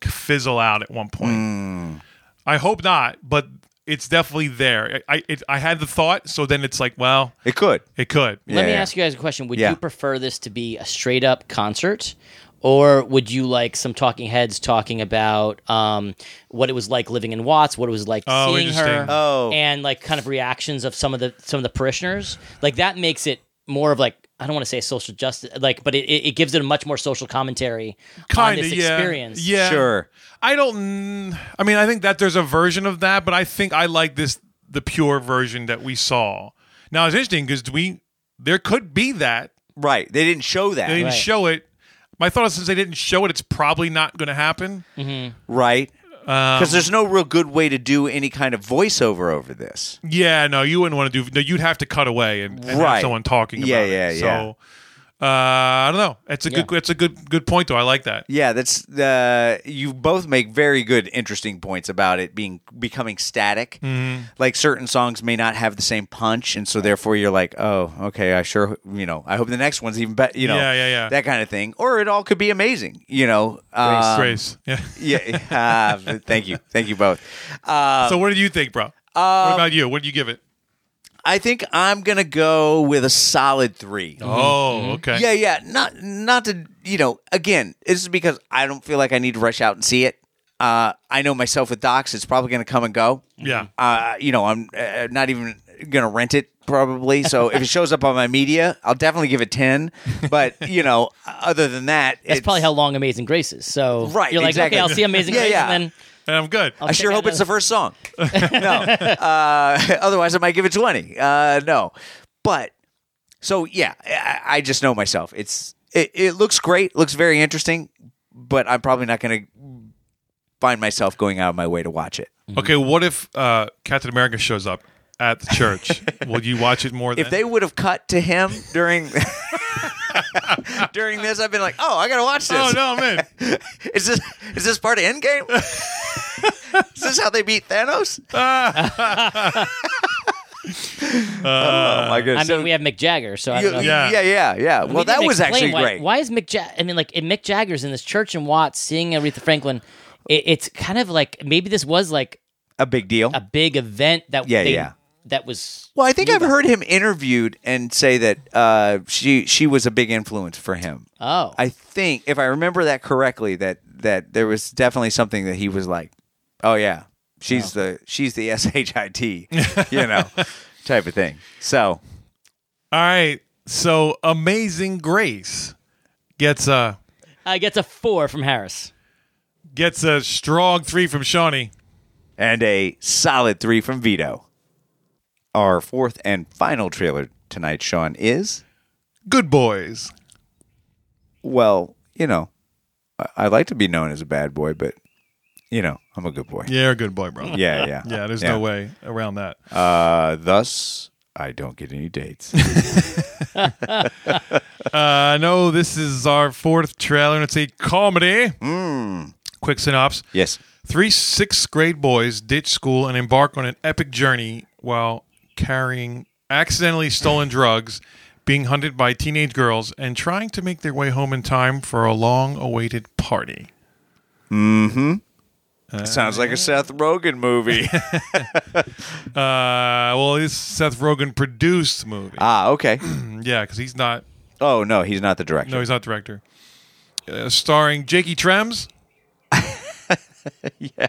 [SPEAKER 2] fizzle out at one point."
[SPEAKER 1] Mm.
[SPEAKER 2] I hope not, but it's definitely there. I I, it, I had the thought, so then it's like, well,
[SPEAKER 1] It could.
[SPEAKER 2] it could.
[SPEAKER 3] Let me
[SPEAKER 1] Yeah.
[SPEAKER 3] ask you guys a question. Would
[SPEAKER 1] Yeah.
[SPEAKER 3] you prefer this to be a straight up concert? Or would you like some talking heads talking about um, what it was like living in Watts, what it was like
[SPEAKER 2] Oh,
[SPEAKER 3] seeing her,
[SPEAKER 2] interesting.
[SPEAKER 1] Oh.
[SPEAKER 3] and like kind of reactions of some of the some of the parishioners? Like that makes it more of like I don't want to say social justice, like, but it, it it gives it a much more social commentary
[SPEAKER 2] Kind
[SPEAKER 3] on
[SPEAKER 2] of,
[SPEAKER 3] this
[SPEAKER 2] yeah.
[SPEAKER 3] experience.
[SPEAKER 2] Yeah,
[SPEAKER 1] Sure.
[SPEAKER 2] I don't. mm, I mean, I think that there's a version of that, but I think I like this the pure version that we saw. Now it's interesting because we there could be that
[SPEAKER 1] Right. They didn't show that.
[SPEAKER 2] they didn't
[SPEAKER 3] Right.
[SPEAKER 2] show it. My thought is since they didn't show it, it's probably not going to happen.
[SPEAKER 3] Mm.
[SPEAKER 1] right. Because there's no real good way to do any kind of voiceover over this.
[SPEAKER 2] Yeah, no, you wouldn't want to do. No, you'd have to cut away and, and
[SPEAKER 1] Right.
[SPEAKER 2] have someone talking.
[SPEAKER 1] Yeah,
[SPEAKER 2] about
[SPEAKER 1] yeah,
[SPEAKER 2] it.
[SPEAKER 1] yeah.
[SPEAKER 2] So, uh, I don't know. It's a good. It's a good. Good point though. I like that.
[SPEAKER 1] Yeah, that's uh, you both make very good, interesting points about it being becoming static. Like certain songs may not have the same punch, and so therefore you're like, oh, okay, I sure, you know, I hope the next one's even better, you know,
[SPEAKER 2] Yeah, yeah, yeah.
[SPEAKER 1] that kind of thing. Or it all could be amazing, you know. Um, <laughs>
[SPEAKER 2] Grace. <laughs> Yeah.
[SPEAKER 1] Yeah, uh, thank you, thank you both. Uh, um,
[SPEAKER 2] so, what did you think, bro? what about you? What did you give it?
[SPEAKER 1] I think I'm gonna go with a solid three.
[SPEAKER 2] Oh, okay.
[SPEAKER 1] Yeah, yeah. Not not to you know, again, this is because I don't feel like I need to rush out and see it. Uh, I know myself with docs, it's probably gonna come and go.
[SPEAKER 2] Yeah.
[SPEAKER 1] Uh, you know, I'm uh, not even gonna rent it probably. So
[SPEAKER 3] <laughs>
[SPEAKER 1] if it shows up on my media, I'll definitely give it ten. But you know, other than that,
[SPEAKER 3] That's
[SPEAKER 1] it's,
[SPEAKER 3] probably how long Amazing Grace is. So
[SPEAKER 1] Right,
[SPEAKER 3] you're like,
[SPEAKER 1] exactly.
[SPEAKER 3] okay, I'll see Amazing
[SPEAKER 1] Yeah,
[SPEAKER 3] Grace,
[SPEAKER 1] yeah.
[SPEAKER 3] and then
[SPEAKER 2] And I'm good.
[SPEAKER 3] I'll
[SPEAKER 1] I sure
[SPEAKER 3] check
[SPEAKER 1] hope
[SPEAKER 3] out
[SPEAKER 1] it's the
[SPEAKER 3] another-
[SPEAKER 1] first song. no, uh, <laughs> otherwise I might give it twenty. Uh, no, but so yeah, I, I just know myself. It's it, it looks great, looks very interesting, but I'm probably not going to find myself going out of my way to watch it.
[SPEAKER 2] Okay, what if uh, Captain America shows up at the
[SPEAKER 1] <laughs>
[SPEAKER 2] church? Will you watch it more? Than
[SPEAKER 1] If they would have cut to him during <laughs> during this, I've been like, oh, I got to watch
[SPEAKER 2] <laughs>
[SPEAKER 1] this.
[SPEAKER 2] oh no, man,
[SPEAKER 1] <laughs> Is this is this part of <laughs> Endgame? is this how they beat <laughs> Thanos? Uh. oh my
[SPEAKER 3] I
[SPEAKER 1] goodness!
[SPEAKER 3] mean, we have Mick Jagger, so I
[SPEAKER 1] You-
[SPEAKER 3] don't know.
[SPEAKER 2] Yeah.
[SPEAKER 1] yeah, yeah, yeah, yeah.
[SPEAKER 3] We
[SPEAKER 1] Well, that
[SPEAKER 3] didn't
[SPEAKER 1] was
[SPEAKER 3] explain
[SPEAKER 1] actually
[SPEAKER 3] why,
[SPEAKER 1] great.
[SPEAKER 3] Why is Mick? Ja- I mean, like if Mick Jagger's in this church in Watts seeing Aretha Franklin. It, it's kind of like maybe this was like
[SPEAKER 1] A big deal.
[SPEAKER 3] a big event that
[SPEAKER 1] Yeah,
[SPEAKER 3] they-
[SPEAKER 1] yeah.
[SPEAKER 3] that was
[SPEAKER 1] Well, I think I've heard him interviewed and say that uh, she she was a big influence for him.
[SPEAKER 3] oh
[SPEAKER 1] I think, if I remember that correctly, that that there was definitely something that he was like, "Oh yeah, she's the she's the shit," you
[SPEAKER 3] <laughs>
[SPEAKER 1] know, type of thing. So
[SPEAKER 2] All right. So Amazing Grace gets a
[SPEAKER 3] I gets a four from Harris.
[SPEAKER 2] gets a strong three from Shawnee.
[SPEAKER 1] and a solid three from Vito. Our fourth and final trailer tonight, Sean, is
[SPEAKER 2] Good boys.
[SPEAKER 1] well, you know, I, I like to be known as a bad boy, but you know, I'm a good boy.
[SPEAKER 2] Yeah, you're a good boy, bro.
[SPEAKER 1] Yeah, yeah,
[SPEAKER 2] Yeah, there's no way around that.
[SPEAKER 1] Uh, thus, I don't get any dates. <laughs>
[SPEAKER 2] I know Uh, this is our fourth trailer, and it's a comedy.
[SPEAKER 1] Mm.
[SPEAKER 2] Quick synopsis.
[SPEAKER 1] yes,
[SPEAKER 2] Three sixth grade boys ditch school and embark on an epic journey while carrying accidentally stolen drugs, being hunted by teenage girls, and trying to make their way home in time for a long awaited party.
[SPEAKER 1] sounds like a Seth
[SPEAKER 2] <laughs>
[SPEAKER 1] Rogen movie.
[SPEAKER 2] Uh, well, it's Seth Rogen produced movie.
[SPEAKER 1] ah, okay.
[SPEAKER 2] yeah, because he's not.
[SPEAKER 1] Oh no, he's not the director.
[SPEAKER 2] No, he's not director. Uh, starring Jakey Trems.
[SPEAKER 1] yeah,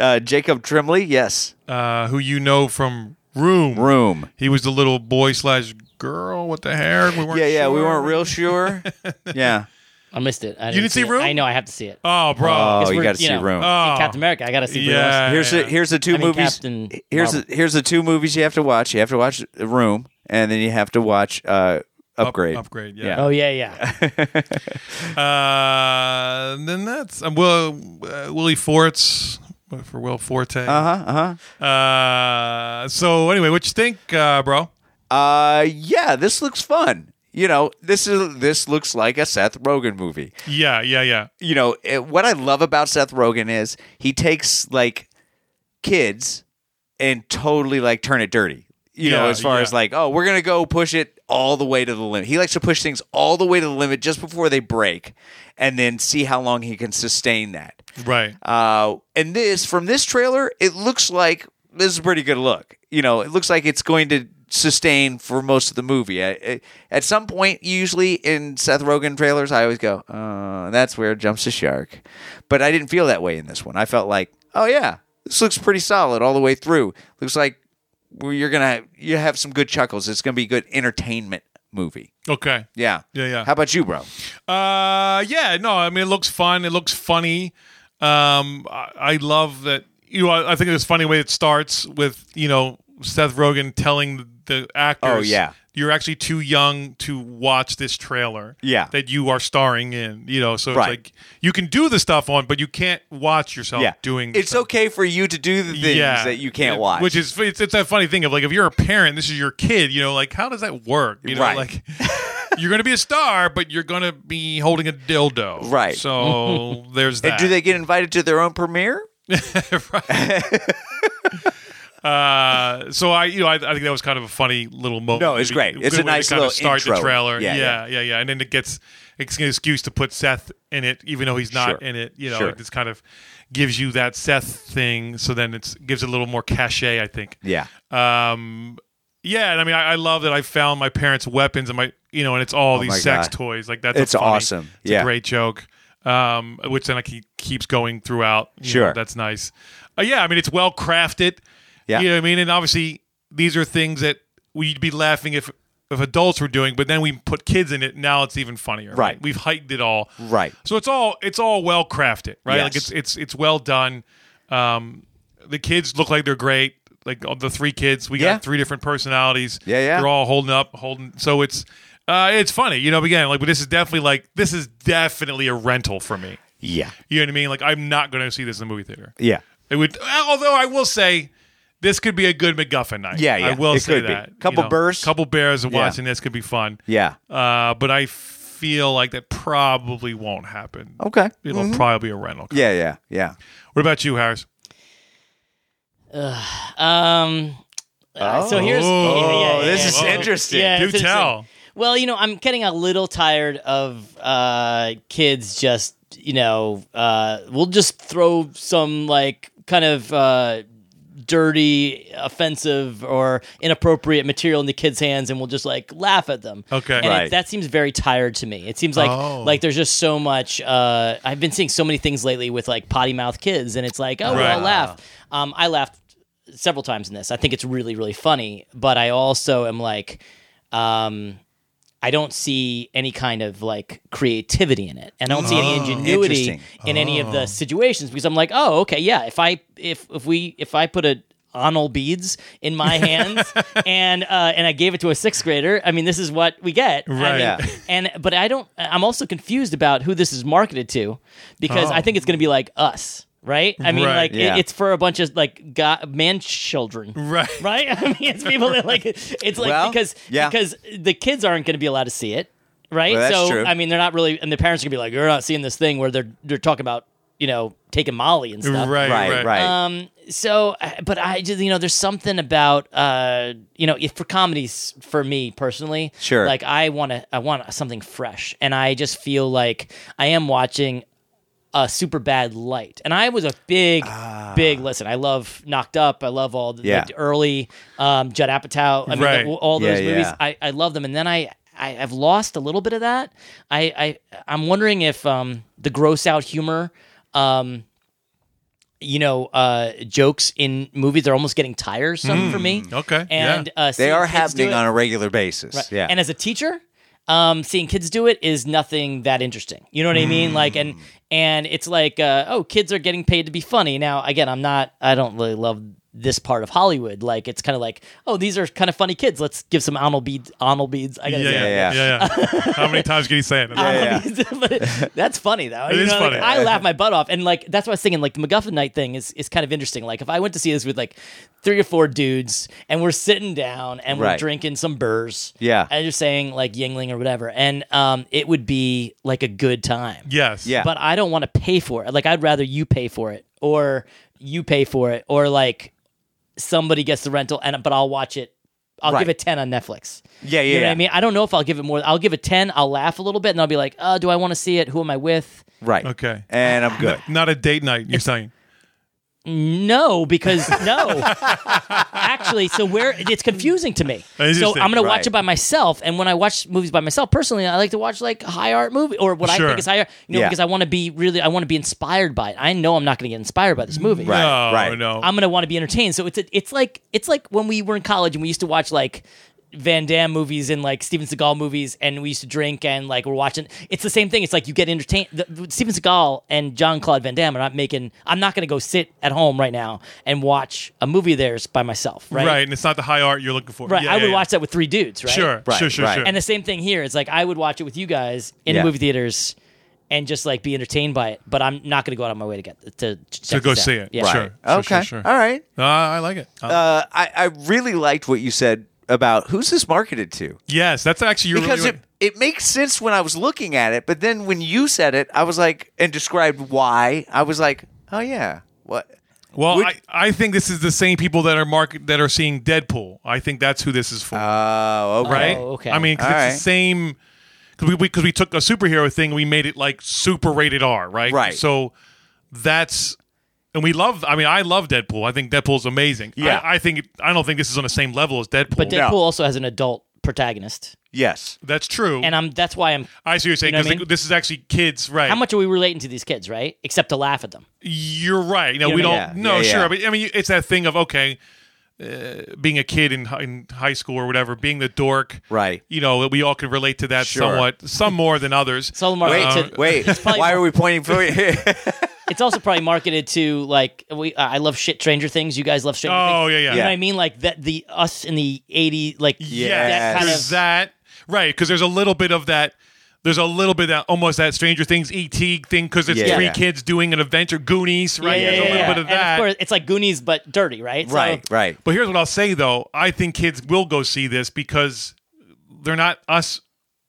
[SPEAKER 1] uh, Jacob Trimley. Yes,
[SPEAKER 2] uh, who you know from Room.
[SPEAKER 1] Room.
[SPEAKER 2] He was the little boy slash girl with the hair. We weren't
[SPEAKER 1] Yeah, yeah. We
[SPEAKER 2] sure.
[SPEAKER 1] weren't
[SPEAKER 2] <laughs>
[SPEAKER 1] real sure. yeah.
[SPEAKER 3] I missed it. I
[SPEAKER 2] You didn't see
[SPEAKER 3] it.
[SPEAKER 2] Room?
[SPEAKER 3] I know. I have to see it.
[SPEAKER 2] Oh, bro.
[SPEAKER 1] Oh, you
[SPEAKER 3] we're-
[SPEAKER 1] got to
[SPEAKER 3] you
[SPEAKER 1] see
[SPEAKER 3] know.
[SPEAKER 1] Room.
[SPEAKER 2] Oh.
[SPEAKER 3] See Captain America. I gotta see. what else.
[SPEAKER 2] Uh, Yeah.
[SPEAKER 1] here's the here's the two
[SPEAKER 3] I mean,
[SPEAKER 1] movies.
[SPEAKER 3] Captain
[SPEAKER 1] here's
[SPEAKER 3] Marvel.
[SPEAKER 1] the, here's the two movies you have to watch. You have to watch Room, and then you have to watch uh,
[SPEAKER 2] Up-
[SPEAKER 1] Upgrade.
[SPEAKER 2] upgrade. Yeah.
[SPEAKER 3] Oh yeah, yeah.
[SPEAKER 2] Uh, and then that's um, Will uh, Willie Forts for Will Forte.
[SPEAKER 1] Uh.
[SPEAKER 2] Uh-huh, uh-huh. so anyway, what you think, uh, bro?
[SPEAKER 1] Uh, yeah, this looks fun. You know, this is this looks like a Seth Rogen movie.
[SPEAKER 2] Yeah, yeah, yeah.
[SPEAKER 1] You know, it, what I love about Seth Rogen is he takes like kids and totally like turn it dirty. You know,
[SPEAKER 2] Yeah,
[SPEAKER 1] as far
[SPEAKER 2] yeah.
[SPEAKER 1] as like, oh, we're gonna go push it all the way to the limit. He likes to push things all the way to the limit just before they break, and then see how long he can sustain that.
[SPEAKER 2] Right.
[SPEAKER 1] Uh, and this, from this trailer, it looks like this is a pretty good look. You know, it looks like it's going to sustain for most of the movie. I, I- at some point, usually in Seth Rogen trailers, I always go, uh, that's where it jumps the shark. But I didn't feel that way in this one. I felt like, oh, yeah, this looks pretty solid all the way through. Looks like well, you're going to you have some good chuckles. It's going to be a good entertainment movie.
[SPEAKER 2] Okay.
[SPEAKER 1] Yeah.
[SPEAKER 2] Yeah, yeah.
[SPEAKER 1] How about you, bro?
[SPEAKER 2] Uh, yeah, no, I mean, it looks fun. It looks funny. Um, I, I love that. You know, I, I think it's funny way it starts with you know Seth Rogen telling the actors,
[SPEAKER 1] Oh, yeah.
[SPEAKER 2] you're actually too young to watch this trailer,
[SPEAKER 1] Yeah.
[SPEAKER 2] that you are starring in." You know, so it's
[SPEAKER 1] Right.
[SPEAKER 2] like you can do the stuff on, but you can't watch yourself
[SPEAKER 1] yeah.
[SPEAKER 2] doing. the
[SPEAKER 1] It's
[SPEAKER 2] stuff.
[SPEAKER 1] okay for you to do the things
[SPEAKER 2] Yeah.
[SPEAKER 1] that you can't
[SPEAKER 2] It-
[SPEAKER 1] watch.
[SPEAKER 2] Which is it's, it's that funny thing of like if you're a parent, this is your kid, you know, like how does that work? You know,
[SPEAKER 1] Right.
[SPEAKER 2] like you're gonna be a star, but you're gonna be holding a dildo.
[SPEAKER 1] Right.
[SPEAKER 2] So <laughs> there's that.
[SPEAKER 1] And do they get invited to their own premiere?
[SPEAKER 2] Right. Uh, so I, you know, I, I think that was kind of a funny little moment.
[SPEAKER 1] No, it's great. It's a
[SPEAKER 2] way to
[SPEAKER 1] nice
[SPEAKER 2] kind
[SPEAKER 1] little
[SPEAKER 2] of start
[SPEAKER 1] intro.
[SPEAKER 2] the trailer.
[SPEAKER 1] Yeah,
[SPEAKER 2] Yeah yeah, yeah, And then it gets it's an excuse to put Seth in it, even though he's not
[SPEAKER 1] Sure.
[SPEAKER 2] in it. You know,
[SPEAKER 1] Sure.
[SPEAKER 2] it just kind of gives you that Seth thing. So then it gives it a little more cachet, I think.
[SPEAKER 1] Yeah.
[SPEAKER 2] Um, yeah, and I mean, I, I love that I found my parents' weapons and my, you know, and it's all
[SPEAKER 1] Oh my
[SPEAKER 2] these sex
[SPEAKER 1] God.
[SPEAKER 2] toys. Like that's a
[SPEAKER 1] It's
[SPEAKER 2] funny-
[SPEAKER 1] awesome.
[SPEAKER 2] It's
[SPEAKER 1] Yeah.
[SPEAKER 2] a great joke. Um, which then like he keeps going throughout. You know,
[SPEAKER 1] Sure.
[SPEAKER 2] that's nice. Uh, yeah, I mean, it's well crafted.
[SPEAKER 1] Yeah.
[SPEAKER 2] you know what I mean. And obviously, these are things that we'd be laughing if if adults were doing, but then we put kids in it. Now it's even funnier.
[SPEAKER 1] Right.
[SPEAKER 2] We've heightened it all.
[SPEAKER 1] Right.
[SPEAKER 2] So it's all it's all well crafted, right? Like it's
[SPEAKER 1] Yes.
[SPEAKER 2] it's it's well done. Um, the kids look like they're great. Like all the three kids, we
[SPEAKER 1] Yeah.
[SPEAKER 2] got three different personalities.
[SPEAKER 1] Yeah, yeah.
[SPEAKER 2] They're all holding up, holding. So it's uh, it's funny, you know. Again, like, but this is definitely like this is definitely a rental for me.
[SPEAKER 1] Yeah.
[SPEAKER 2] You know what I mean? Like, I'm not going to see this in the movie theater.
[SPEAKER 1] Yeah.
[SPEAKER 2] It would, although I will say, this could be a good MacGuffin night.
[SPEAKER 1] Yeah, yeah,
[SPEAKER 2] I will
[SPEAKER 1] it
[SPEAKER 2] say
[SPEAKER 1] could be.
[SPEAKER 2] that.
[SPEAKER 1] Couple beers.
[SPEAKER 2] couple bears, and
[SPEAKER 1] Yeah.
[SPEAKER 2] watching this could be fun.
[SPEAKER 1] Yeah.
[SPEAKER 2] Uh, but I feel like that probably won't happen.
[SPEAKER 1] Okay. Mm-hmm.
[SPEAKER 2] It'll probably be a rental.
[SPEAKER 1] Yeah, yeah, yeah.
[SPEAKER 2] What about you, Harris?
[SPEAKER 3] Um, uh, so here's
[SPEAKER 2] Oh,
[SPEAKER 3] yeah, yeah,
[SPEAKER 1] this
[SPEAKER 3] yeah,
[SPEAKER 1] is
[SPEAKER 3] yeah.
[SPEAKER 1] interesting.
[SPEAKER 3] Yeah,
[SPEAKER 2] Do
[SPEAKER 3] it's interesting.
[SPEAKER 2] tell.
[SPEAKER 3] Well, you know, I'm getting a little tired of uh, kids just, you know, uh, we'll just throw some like kind of uh, dirty, offensive, or inappropriate material in the kids' hands, and we'll just like laugh at them.
[SPEAKER 2] Okay.
[SPEAKER 3] and it-
[SPEAKER 1] Right.
[SPEAKER 3] that seems very tired to me. It seems like
[SPEAKER 2] Oh.
[SPEAKER 3] like there's just so much. Uh, I've been seeing so many things lately with like potty mouth kids, and it's like, oh, we
[SPEAKER 2] Right.
[SPEAKER 3] all laugh. Um, I laughed several times in this. I think it's really, really funny, but I also am like, um, I don't see any kind of like creativity in it. And I don't see any ingenuity
[SPEAKER 1] Interesting.
[SPEAKER 3] in any of
[SPEAKER 2] Oh.
[SPEAKER 3] the situations because I'm like, oh, okay, yeah. If I if if we if I put a onal beads
[SPEAKER 2] <laughs>
[SPEAKER 3] in my hands and uh, and I gave it to a sixth grader, I mean, this is what we get. I mean,
[SPEAKER 2] Right. Yeah.
[SPEAKER 3] and but I don't. I'm also confused about who this is marketed to, because I think it's going to be like us, right? I mean,
[SPEAKER 2] Oh. Right.
[SPEAKER 3] like it-
[SPEAKER 1] Yeah.
[SPEAKER 3] it's for a bunch of like go- man children,
[SPEAKER 2] Right.
[SPEAKER 3] Right? <laughs> I mean, it's people that like it's like
[SPEAKER 1] Well,
[SPEAKER 3] because
[SPEAKER 1] yeah.
[SPEAKER 3] because the kids aren't going to be allowed to see it, right?
[SPEAKER 1] Well, that's
[SPEAKER 3] so
[SPEAKER 1] true.
[SPEAKER 3] I mean, they're not really, and the parents are going to be like, you're not seeing this thing where they're they're talking about you know taking Molly and stuff,
[SPEAKER 2] Right.
[SPEAKER 1] Right,
[SPEAKER 2] Right.
[SPEAKER 1] right.
[SPEAKER 3] um, so, I- but I just, you know, there's something about, uh, you know, if for comedies, for me personally,
[SPEAKER 1] Sure.
[SPEAKER 3] Like I want to, I want something fresh, and I just feel like I am watching a super bad light. And I was a big, big listen. I love Knocked Up. I love all the,
[SPEAKER 1] Ah. Yeah.
[SPEAKER 3] the early um, Judd Apatow. I mean,
[SPEAKER 2] Right.
[SPEAKER 3] the- all those
[SPEAKER 1] Yeah,
[SPEAKER 3] movies.
[SPEAKER 1] yeah.
[SPEAKER 3] I, I love them. And then I, I, I've lost a little bit of that. I, I, I'm wondering if um, the gross out humor. Um, you know, uh, jokes in movies are almost getting tiresome for me.
[SPEAKER 2] Mm, okay, yeah.
[SPEAKER 3] and uh,
[SPEAKER 1] They
[SPEAKER 3] seeing
[SPEAKER 1] are
[SPEAKER 3] kids do
[SPEAKER 1] happening
[SPEAKER 3] it-
[SPEAKER 1] on a regular basis.
[SPEAKER 3] Right.
[SPEAKER 1] Yeah.
[SPEAKER 3] And as a teacher, um, seeing kids do it is nothing that interesting. You know what I mean? Like,
[SPEAKER 2] Mm.
[SPEAKER 3] and and it's like, uh, oh, kids are getting paid to be funny. Now, again, I'm not. I don't really love this part of Hollywood. Like, it's kind of like, oh, these are kind of funny kids. Let's give some Arnold beads. Arnold beads. I
[SPEAKER 2] Yeah.
[SPEAKER 3] gotta
[SPEAKER 2] Yeah.
[SPEAKER 3] say Um, that.
[SPEAKER 2] Yeah.
[SPEAKER 1] yeah.
[SPEAKER 3] <laughs>
[SPEAKER 2] yeah. How many times can you say it?
[SPEAKER 1] Yeah,
[SPEAKER 3] But that's funny though.
[SPEAKER 2] It
[SPEAKER 3] You
[SPEAKER 2] is
[SPEAKER 3] know, like,
[SPEAKER 2] funny.
[SPEAKER 3] I laugh my butt off, and like that's what I was thinking. Like the MacGuffin night thing is is kind of interesting. Like if I went to see this with like three or four dudes, and we're sitting down and we're
[SPEAKER 1] Right.
[SPEAKER 3] drinking some burrs,
[SPEAKER 1] Yeah.
[SPEAKER 3] and just saying like Yingling or whatever, and um, it would be like a good time.
[SPEAKER 2] Yes.
[SPEAKER 1] Yeah.
[SPEAKER 3] But I don't want to pay for it. Like I'd rather you pay for it, or you pay for it, or like somebody gets the rental, and but I'll watch it. I'll
[SPEAKER 1] Right.
[SPEAKER 3] give it ten on Netflix.
[SPEAKER 1] Yeah,
[SPEAKER 3] You know
[SPEAKER 1] yeah,
[SPEAKER 3] what I
[SPEAKER 1] yeah.
[SPEAKER 3] mean? I don't know if I'll give it more. I'll give it 10. I'll laugh a little bit and I'll be like, uh, do I want to see it? Who am I with?
[SPEAKER 1] right.
[SPEAKER 2] Okay.
[SPEAKER 1] And I'm good.
[SPEAKER 2] Not a date night. You're saying.
[SPEAKER 1] <laughs>
[SPEAKER 3] No, because no. Actually, so where it's confusing to me. So
[SPEAKER 2] Interesting,
[SPEAKER 3] I'm going to
[SPEAKER 1] right.
[SPEAKER 3] watch it by myself. And when I watch movies by myself personally, I like to watch like high art movie or what I
[SPEAKER 2] Sure.
[SPEAKER 3] think is high art, you know,
[SPEAKER 1] Yeah.
[SPEAKER 3] because I want to be really, I want to be inspired by it. I know I'm not going to get inspired by this movie.
[SPEAKER 1] Right,
[SPEAKER 2] No.
[SPEAKER 1] right.
[SPEAKER 2] Oh, No.
[SPEAKER 3] I'm gonna want to be entertained. So it's it's like it's like when we were in college and we used to watch like Van Damme movies and like Steven Seagal movies, and we used to drink and like we're watching. It's the same thing. It's like you get entertained. The, Steven Seagal and John Claude Van Damme are not making. I'm not gonna go sit at home right now and watch a movie of theirs by myself. Right.
[SPEAKER 2] right. and it's not the high art you're looking for.
[SPEAKER 3] Right.
[SPEAKER 2] Yeah,
[SPEAKER 3] I
[SPEAKER 2] yeah,
[SPEAKER 3] would
[SPEAKER 2] yeah.
[SPEAKER 3] watch that with three dudes. Right.
[SPEAKER 2] Sure.
[SPEAKER 1] Right,
[SPEAKER 2] Sure. Sure.
[SPEAKER 1] right.
[SPEAKER 2] Sure.
[SPEAKER 3] And the same thing here. It's like I would watch it with you guys in
[SPEAKER 1] Yeah.
[SPEAKER 3] movie theaters and just like be entertained by it. But I'm not gonna go out of my way to get to
[SPEAKER 2] to go see it.
[SPEAKER 3] Yeah.
[SPEAKER 2] Sure.
[SPEAKER 1] Right.
[SPEAKER 2] Sure,
[SPEAKER 1] okay.
[SPEAKER 2] Sure, sure.
[SPEAKER 1] All right.
[SPEAKER 2] Uh, I like it. Uh,
[SPEAKER 1] Uh, I, I really liked what you said about who's this marketed to.
[SPEAKER 2] yes, that's actually you're
[SPEAKER 1] Because
[SPEAKER 2] really,
[SPEAKER 1] it, it makes sense when I was looking at it, but then when you said it, I was like, and described why, I was like, oh, yeah. What?
[SPEAKER 2] Well,
[SPEAKER 1] Would-
[SPEAKER 2] I, I think this is the same people that are market that are seeing Deadpool. I think that's who this is for,
[SPEAKER 1] Oh, okay.
[SPEAKER 2] right?
[SPEAKER 3] Oh, okay.
[SPEAKER 2] I mean, 'cause
[SPEAKER 1] All
[SPEAKER 2] it's
[SPEAKER 1] right.
[SPEAKER 2] the same because we because we, took a superhero thing, and we made it like super rated R, right?
[SPEAKER 1] Right.
[SPEAKER 2] So that's and we love. I mean, I love Deadpool. I think Deadpool's amazing.
[SPEAKER 1] Yeah.
[SPEAKER 2] I, I think I don't think this is on the same level as Deadpool.
[SPEAKER 3] But Deadpool
[SPEAKER 1] No.
[SPEAKER 3] also has an adult protagonist,
[SPEAKER 1] Yes.
[SPEAKER 2] that's true.
[SPEAKER 3] and I'm that's why I'm.
[SPEAKER 2] I see what you're saying
[SPEAKER 3] You know
[SPEAKER 2] because
[SPEAKER 3] what I mean?
[SPEAKER 2] this is actually kids, right?
[SPEAKER 3] How much are we relating to these kids, right? Except to laugh at them.
[SPEAKER 2] You're right. You know,
[SPEAKER 3] You know
[SPEAKER 2] we
[SPEAKER 3] what
[SPEAKER 1] I
[SPEAKER 2] don't.
[SPEAKER 1] mean?
[SPEAKER 2] No,
[SPEAKER 1] Yeah, yeah,
[SPEAKER 2] sure.
[SPEAKER 1] yeah.
[SPEAKER 2] But I mean, it's that thing of okay, uh, being a kid in hi- in high school or whatever, being the dork.
[SPEAKER 1] Right.
[SPEAKER 2] You know, that we all can relate to that
[SPEAKER 1] Sure.
[SPEAKER 2] somewhat, some more than others.
[SPEAKER 3] It's all marketed
[SPEAKER 2] Uh,
[SPEAKER 3] to,
[SPEAKER 1] Wait,
[SPEAKER 3] probably-
[SPEAKER 1] why are we pointing for
[SPEAKER 3] <laughs> It's also probably marketed to like we. Uh, I love shit Stranger Things. You guys love Stranger Things.
[SPEAKER 2] Oh yeah, yeah.
[SPEAKER 3] You know
[SPEAKER 1] Yeah.
[SPEAKER 3] what I mean? Like that the us in the 80s, like
[SPEAKER 2] Yes.
[SPEAKER 3] that kind
[SPEAKER 2] There's
[SPEAKER 3] of
[SPEAKER 2] that right because there's a little bit of that. There's a little bit of that almost that Stranger Things ET thing because it's
[SPEAKER 1] Yeah.
[SPEAKER 2] three
[SPEAKER 1] Yeah.
[SPEAKER 2] kids doing an adventure Goonies, right?
[SPEAKER 3] Yeah,
[SPEAKER 2] there's
[SPEAKER 3] yeah,
[SPEAKER 2] a little
[SPEAKER 3] yeah.
[SPEAKER 2] bit of
[SPEAKER 3] And
[SPEAKER 2] that.
[SPEAKER 3] course, it's like Goonies but dirty, right? So-
[SPEAKER 1] Right, right.
[SPEAKER 2] But here's what I'll say though: I think kids will go see this because they're not us.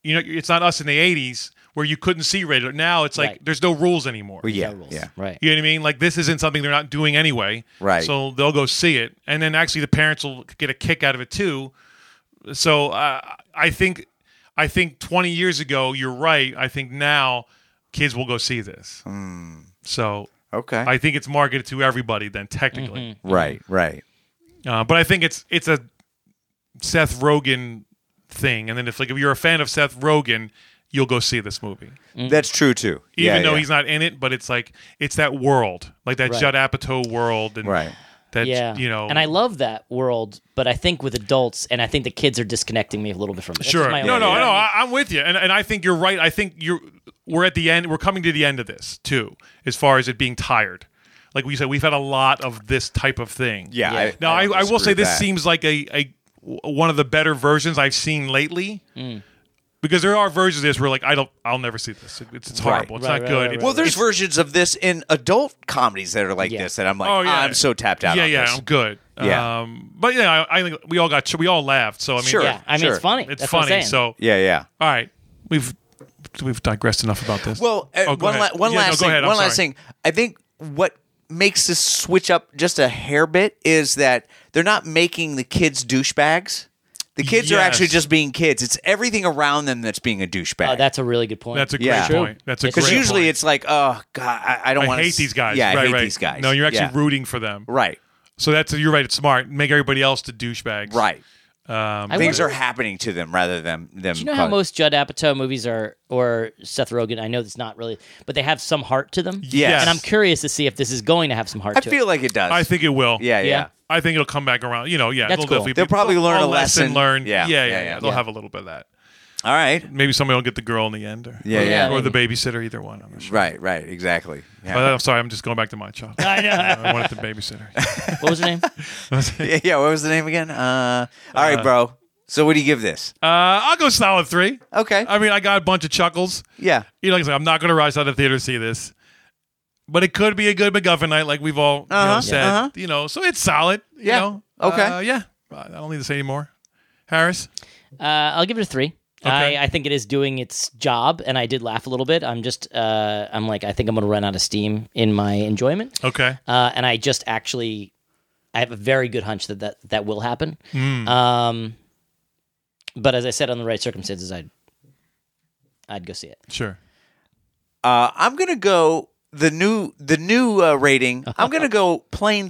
[SPEAKER 2] You know, it's not us in the '80s where you couldn't see rated. Now it's like
[SPEAKER 3] Right.
[SPEAKER 2] there's no rules anymore.
[SPEAKER 1] Well, yeah.
[SPEAKER 3] No rules.
[SPEAKER 1] Yeah.
[SPEAKER 3] Right.
[SPEAKER 2] You know what I mean? Like this isn't something they're not doing anyway.
[SPEAKER 1] Right.
[SPEAKER 2] So they'll go see it, and then actually the parents will get a kick out of it too. So uh, I think, I think 20 years ago, you're right. I think now kids will go see this. So
[SPEAKER 1] Okay.
[SPEAKER 2] I think it's marketed to everybody then technically.
[SPEAKER 1] right, right.
[SPEAKER 2] Uh, but I think it's it's a Seth Rogen thing, and then if like if you're a fan of Seth Rogen, you'll go see this movie,
[SPEAKER 1] That's true too.
[SPEAKER 2] even
[SPEAKER 1] yeah,
[SPEAKER 2] though
[SPEAKER 1] yeah.
[SPEAKER 2] he's not in it. But it's like it's that world, like that
[SPEAKER 3] Right.
[SPEAKER 2] Judd Apatow world, and
[SPEAKER 1] Right.
[SPEAKER 2] that
[SPEAKER 3] Yeah.
[SPEAKER 2] you know,
[SPEAKER 3] And I love that world, but I think with adults and I think the kids are disconnecting me a little bit from it. That's
[SPEAKER 2] sure,
[SPEAKER 3] my
[SPEAKER 2] no,
[SPEAKER 3] own-
[SPEAKER 2] no, no, I, I'm with you, and and I think you're right. I think you're we're at the end. We're coming to the end of this too, as far as it being tired. Like we said, we've had a lot of this type of thing.
[SPEAKER 1] Yeah.
[SPEAKER 3] Yeah.
[SPEAKER 2] Now, I,
[SPEAKER 1] don't
[SPEAKER 2] I, will
[SPEAKER 1] disagree
[SPEAKER 2] say
[SPEAKER 1] with
[SPEAKER 2] this
[SPEAKER 1] that.
[SPEAKER 2] seems like a, a one of the better versions I've seen lately.
[SPEAKER 3] Mm.
[SPEAKER 2] Because there are versions of this where like I don't, I'll never see this. It's, it's horrible. It's not
[SPEAKER 3] Right, right,
[SPEAKER 2] good.
[SPEAKER 3] right,
[SPEAKER 2] It's-
[SPEAKER 1] Well, there's
[SPEAKER 2] it's-
[SPEAKER 1] versions of this in adult comedies that are like
[SPEAKER 3] Yeah.
[SPEAKER 1] this that I'm like,
[SPEAKER 2] oh yeah,
[SPEAKER 1] I'm so tapped out.
[SPEAKER 2] Yeah,
[SPEAKER 1] on
[SPEAKER 2] yeah,
[SPEAKER 1] this.
[SPEAKER 2] I'm good.
[SPEAKER 1] Yeah.
[SPEAKER 2] Um, but yeah, I, I think we all got, we all laughed. So I mean,
[SPEAKER 1] Sure.
[SPEAKER 3] Yeah. I mean
[SPEAKER 1] Sure.
[SPEAKER 3] it's funny.
[SPEAKER 2] it's
[SPEAKER 3] That's what I'm
[SPEAKER 2] funny.
[SPEAKER 3] saying.
[SPEAKER 2] So
[SPEAKER 1] Yeah, yeah.
[SPEAKER 2] all right, we've we've digressed enough about this.
[SPEAKER 1] Well, uh,
[SPEAKER 2] Oh,
[SPEAKER 1] one
[SPEAKER 2] go ahead.
[SPEAKER 1] la- one
[SPEAKER 2] Yeah, no,
[SPEAKER 1] last
[SPEAKER 2] go
[SPEAKER 1] thing.
[SPEAKER 2] ahead. I'm
[SPEAKER 1] One last
[SPEAKER 2] sorry.
[SPEAKER 1] thing. I think what makes this switch up just a hair bit is that they're not making the kids douchebags. The kids are
[SPEAKER 2] Yes.
[SPEAKER 1] actually just being kids. It's everything around them that's being a douchebag.
[SPEAKER 3] Uh, that's a really good point.
[SPEAKER 2] That's a great
[SPEAKER 1] Yeah.
[SPEAKER 2] point. That's a
[SPEAKER 1] because
[SPEAKER 2] great
[SPEAKER 1] usually
[SPEAKER 2] point.
[SPEAKER 1] it's like, oh god, I, I don't
[SPEAKER 2] I
[SPEAKER 1] want to
[SPEAKER 2] hate these guys.
[SPEAKER 1] Yeah,
[SPEAKER 2] right,
[SPEAKER 1] I hate
[SPEAKER 2] right.
[SPEAKER 1] these guys.
[SPEAKER 2] No, you're actually
[SPEAKER 1] Yeah.
[SPEAKER 2] rooting for them.
[SPEAKER 1] right,
[SPEAKER 2] So that's you're right. It's smart. Make everybody else the douchebags.
[SPEAKER 1] right.
[SPEAKER 3] I
[SPEAKER 1] Things
[SPEAKER 3] wonder-
[SPEAKER 1] are happening to them rather than them.
[SPEAKER 3] Do you know how
[SPEAKER 1] calling-
[SPEAKER 3] most Judd Apatow movies are, or Seth Rogen? I know it's not really, but they have some heart to them.
[SPEAKER 1] Yes.
[SPEAKER 3] And I'm curious to see if this is going to have some heart
[SPEAKER 1] I
[SPEAKER 3] to
[SPEAKER 1] feel
[SPEAKER 3] it.
[SPEAKER 1] like it does.
[SPEAKER 2] I think it will.
[SPEAKER 1] Yeah, yeah.
[SPEAKER 3] Yeah.
[SPEAKER 2] I think it'll come back around. You know, yeah,
[SPEAKER 3] That's
[SPEAKER 2] they'll
[SPEAKER 3] cool.
[SPEAKER 2] definitely
[SPEAKER 1] They'll probably learn a lesson.
[SPEAKER 2] learn.
[SPEAKER 1] Yeah,
[SPEAKER 2] yeah, yeah.
[SPEAKER 1] yeah,
[SPEAKER 2] yeah.
[SPEAKER 1] yeah.
[SPEAKER 2] They'll
[SPEAKER 3] Yeah.
[SPEAKER 2] have a little bit of that.
[SPEAKER 1] All right.
[SPEAKER 2] Maybe somebody will get the girl in the end, or
[SPEAKER 1] Yeah, yeah.
[SPEAKER 2] or the babysitter, either one. I'm not sure.
[SPEAKER 1] Right, right, exactly. Yeah.
[SPEAKER 2] But Oh, uh, I'm sorry, I'm just going back to my child. I know. I wanted the babysitter. <laughs> Uh,
[SPEAKER 3] What was
[SPEAKER 1] <laughs>
[SPEAKER 3] her name?
[SPEAKER 1] <laughs> yeah, yeah, what was the name again? Uh, all right, bro. So what do you give this?
[SPEAKER 2] Uh, I'll go solid three.
[SPEAKER 1] Okay.
[SPEAKER 2] I mean, I got a bunch of chuckles.
[SPEAKER 1] yeah.
[SPEAKER 2] You know, like I said, I'm not going to rush out of the theater to see this, but it could be a good MacGuffin night, like we've all you know,
[SPEAKER 1] Uh-huh,
[SPEAKER 2] said.
[SPEAKER 1] uh-huh.
[SPEAKER 2] You know, so it's solid. You
[SPEAKER 1] Yeah,
[SPEAKER 2] know?
[SPEAKER 1] okay.
[SPEAKER 2] Uh, yeah. I don't need to say any more. Harris.
[SPEAKER 3] Uh, I'll give it a three.
[SPEAKER 2] Okay.
[SPEAKER 3] I, I think it is doing its job, and I did laugh a little bit. I'm just, uh, I'm like, I think I'm going to run out of steam in my enjoyment.
[SPEAKER 2] Okay.
[SPEAKER 3] Uh, and I just actually, I have a very good hunch that that, that will happen.
[SPEAKER 1] Hmm.
[SPEAKER 3] Um, but as I said, on the right circumstances, I'd, I'd go see it.
[SPEAKER 2] Sure.
[SPEAKER 1] Uh, I'm gonna go the new the new uh, rating. I'm gonna go plain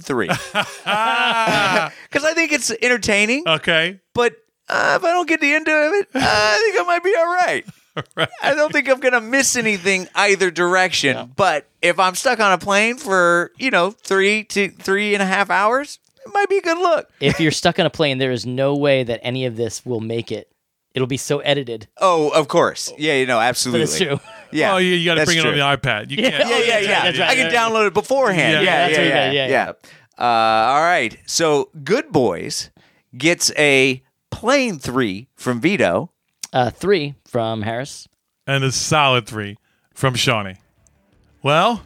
[SPEAKER 2] <laughs>
[SPEAKER 1] three <laughs> because I think it's entertaining.
[SPEAKER 2] Okay.
[SPEAKER 1] But uh, if I don't get the end of it, uh, I think I might be all right. I don't think I'm gonna miss anything either direction. But if I'm stuck on a plane for you know three to three and a half hours, it might be a good look.
[SPEAKER 3] If you're stuck on a plane, there is no way that any of this will make it. It'll be so edited.
[SPEAKER 1] Oh, of course. Yeah, you know, absolutely.
[SPEAKER 3] That's true.
[SPEAKER 1] Yeah.
[SPEAKER 2] Oh, yeah, you got to
[SPEAKER 1] that's
[SPEAKER 2] bring it on
[SPEAKER 1] true.
[SPEAKER 2] the iPad. You can't.
[SPEAKER 1] Yeah, yeah, yeah.
[SPEAKER 3] That's right,
[SPEAKER 1] I can
[SPEAKER 3] that's right.
[SPEAKER 1] download it beforehand.
[SPEAKER 2] Yeah,
[SPEAKER 1] Yeah,
[SPEAKER 3] that's
[SPEAKER 1] yeah,
[SPEAKER 3] what
[SPEAKER 1] yeah,
[SPEAKER 3] you
[SPEAKER 1] yeah.
[SPEAKER 3] mean, yeah,
[SPEAKER 1] Uh, all right. So, Good Boys gets a plain three from Vito.
[SPEAKER 3] Uh, three from Harris.
[SPEAKER 2] and a solid three from Shawnee. Well,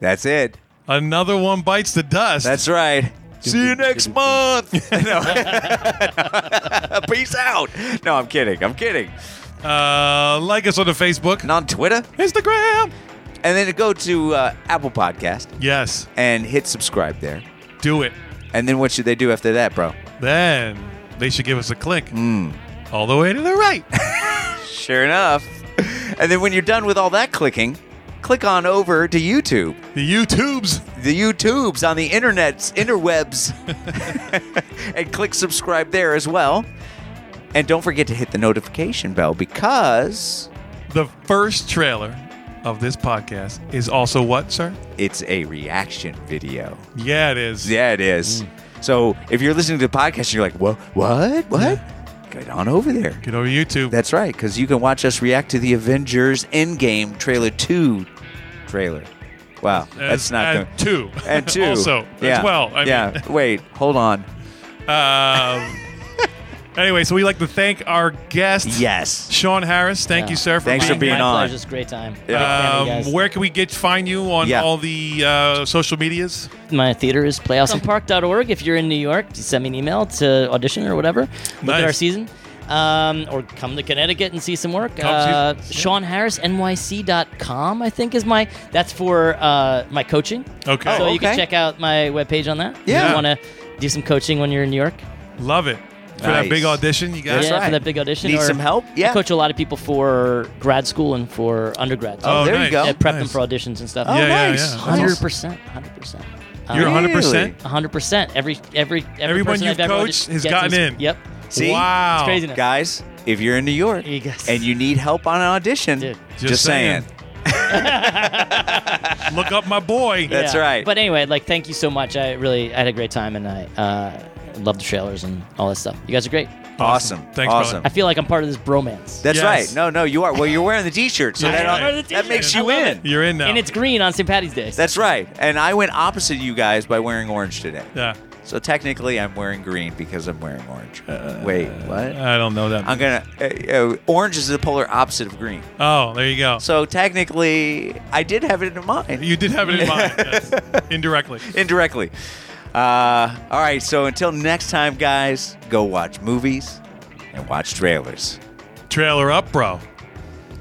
[SPEAKER 1] That's it.
[SPEAKER 2] another one bites the dust.
[SPEAKER 1] That's right. See you next month. <laughs> No. Peace out. No, I'm kidding. I'm kidding.
[SPEAKER 2] uh, like us on the Facebook,
[SPEAKER 1] And on Twitter,
[SPEAKER 2] Instagram,
[SPEAKER 1] And then go to uh, Apple Podcast
[SPEAKER 2] Yes,
[SPEAKER 1] and hit subscribe there.
[SPEAKER 2] do it.
[SPEAKER 1] And then what should they do after that, bro?
[SPEAKER 2] Then they should give us a click.
[SPEAKER 1] Hmm.
[SPEAKER 2] All the way to the right.
[SPEAKER 1] Sure enough. <laughs> And then when you're done with all that clicking, click on over to YouTube.
[SPEAKER 2] the YouTubes.
[SPEAKER 1] The YouTubes on the internet's interwebs. <laughs> and click subscribe there as well. And don't forget to hit the notification bell because
[SPEAKER 2] The first trailer of this podcast is also what, sir?
[SPEAKER 1] it's a reaction video.
[SPEAKER 2] Yeah, it is.
[SPEAKER 1] Yeah, it is.
[SPEAKER 2] Mm.
[SPEAKER 1] So if you're listening to the podcast, you're like, "What? What? What?" Get on over there.
[SPEAKER 2] Get over to YouTube.
[SPEAKER 1] That's right, because you can watch us react to the Avengers Endgame trailer two trailer. Wow, that's
[SPEAKER 2] As-
[SPEAKER 1] not
[SPEAKER 2] and
[SPEAKER 1] gonna-
[SPEAKER 2] two. <laughs>
[SPEAKER 1] and two
[SPEAKER 2] also
[SPEAKER 1] yeah.
[SPEAKER 2] as well. I
[SPEAKER 1] yeah.
[SPEAKER 2] mean, <laughs>
[SPEAKER 1] Wait, hold on.
[SPEAKER 2] Um, anyway, so we like to thank our guest,
[SPEAKER 1] Yes.
[SPEAKER 2] Sean Harris. Thank you, sir, for
[SPEAKER 1] Thanks
[SPEAKER 2] being
[SPEAKER 1] for being
[SPEAKER 3] My
[SPEAKER 2] here.
[SPEAKER 1] on.
[SPEAKER 3] pleasure. It's a great time. Big fan of
[SPEAKER 2] Um,
[SPEAKER 3] you guys.
[SPEAKER 2] where can we get find you on
[SPEAKER 1] Yeah.
[SPEAKER 2] all the uh, social medias?
[SPEAKER 3] My theater is playhouseandpark.org. If you're in New York, send me an email to audition or whatever. Look
[SPEAKER 2] Nice.
[SPEAKER 3] at our season. Um, or come to Connecticut and see some work.
[SPEAKER 2] Come see-
[SPEAKER 3] Uh, Sean Harris, NYC.com, I think is my, that's for uh, my coaching.
[SPEAKER 2] Okay.
[SPEAKER 3] so
[SPEAKER 2] Oh,
[SPEAKER 3] you can
[SPEAKER 1] okay.
[SPEAKER 3] check out my webpage on that.
[SPEAKER 1] Yeah.
[SPEAKER 3] If you want to do some coaching when you're in New York.
[SPEAKER 2] Love it for that
[SPEAKER 1] Nice.
[SPEAKER 2] big audition, you guys.
[SPEAKER 3] yeah,
[SPEAKER 1] right.
[SPEAKER 3] for that big audition.
[SPEAKER 1] Need
[SPEAKER 3] or
[SPEAKER 1] some help?
[SPEAKER 3] I
[SPEAKER 1] Yeah.
[SPEAKER 3] coach a lot of people for grad school and for undergrad. So
[SPEAKER 1] Oh, there you
[SPEAKER 2] nice.
[SPEAKER 1] go.
[SPEAKER 3] I prep them
[SPEAKER 2] Nice.
[SPEAKER 3] for auditions and stuff.
[SPEAKER 1] Oh,
[SPEAKER 2] Yeah, yeah,
[SPEAKER 1] nice.
[SPEAKER 2] yeah. That's
[SPEAKER 3] Hundred percent, hundred percent. Um,
[SPEAKER 2] You're 100. percent
[SPEAKER 3] hundred percent. Every every every
[SPEAKER 2] Everyone
[SPEAKER 3] person
[SPEAKER 2] you've
[SPEAKER 3] I've ever
[SPEAKER 2] coached
[SPEAKER 3] auditioned
[SPEAKER 2] has
[SPEAKER 3] gets
[SPEAKER 2] gotten
[SPEAKER 3] this-
[SPEAKER 2] in.
[SPEAKER 3] Yep.
[SPEAKER 1] See?
[SPEAKER 2] Wow,
[SPEAKER 3] It's crazy now.
[SPEAKER 1] guys. If you're in New York
[SPEAKER 3] You guys- <laughs>
[SPEAKER 1] and you need help on an audition,
[SPEAKER 3] Dude.
[SPEAKER 1] just,
[SPEAKER 2] Just
[SPEAKER 1] saying.
[SPEAKER 2] saying. Look up my boy.
[SPEAKER 1] That's
[SPEAKER 3] Yeah.
[SPEAKER 1] right.
[SPEAKER 3] But anyway, like, thank you so much. I really I had a great time, and I uh, love the trailers and all that stuff. You guys are great.
[SPEAKER 1] awesome.
[SPEAKER 2] Thanks,
[SPEAKER 1] awesome.
[SPEAKER 3] I feel like I'm part of this bromance.
[SPEAKER 1] That's
[SPEAKER 2] Yes.
[SPEAKER 1] right. No, no, you are. Well, you're wearing the T-shirt, so
[SPEAKER 2] I
[SPEAKER 1] that,
[SPEAKER 2] am wearing
[SPEAKER 3] the
[SPEAKER 1] that
[SPEAKER 3] t-shirt.
[SPEAKER 1] makes
[SPEAKER 3] I
[SPEAKER 1] you
[SPEAKER 3] love
[SPEAKER 1] in.
[SPEAKER 3] it.
[SPEAKER 2] You're in now.
[SPEAKER 3] and it's green on St. Patty's Day.
[SPEAKER 1] That's right. And I went opposite you guys by wearing orange today.
[SPEAKER 2] yeah.
[SPEAKER 1] So technically, I'm wearing green because I'm wearing orange. Wait, what?
[SPEAKER 2] I don't know that.
[SPEAKER 1] I'm gonna. Uh, uh, orange is the polar opposite of green.
[SPEAKER 2] oh, there you go.
[SPEAKER 1] So technically, I did have it in mind
[SPEAKER 2] you did have it in mind,
[SPEAKER 1] <laughs>
[SPEAKER 2] yes. indirectly.
[SPEAKER 1] indirectly. Uh, all right. So until next time, guys, go watch movies and watch trailers.
[SPEAKER 2] Trailer up, bro.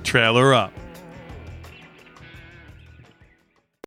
[SPEAKER 2] Trailer up.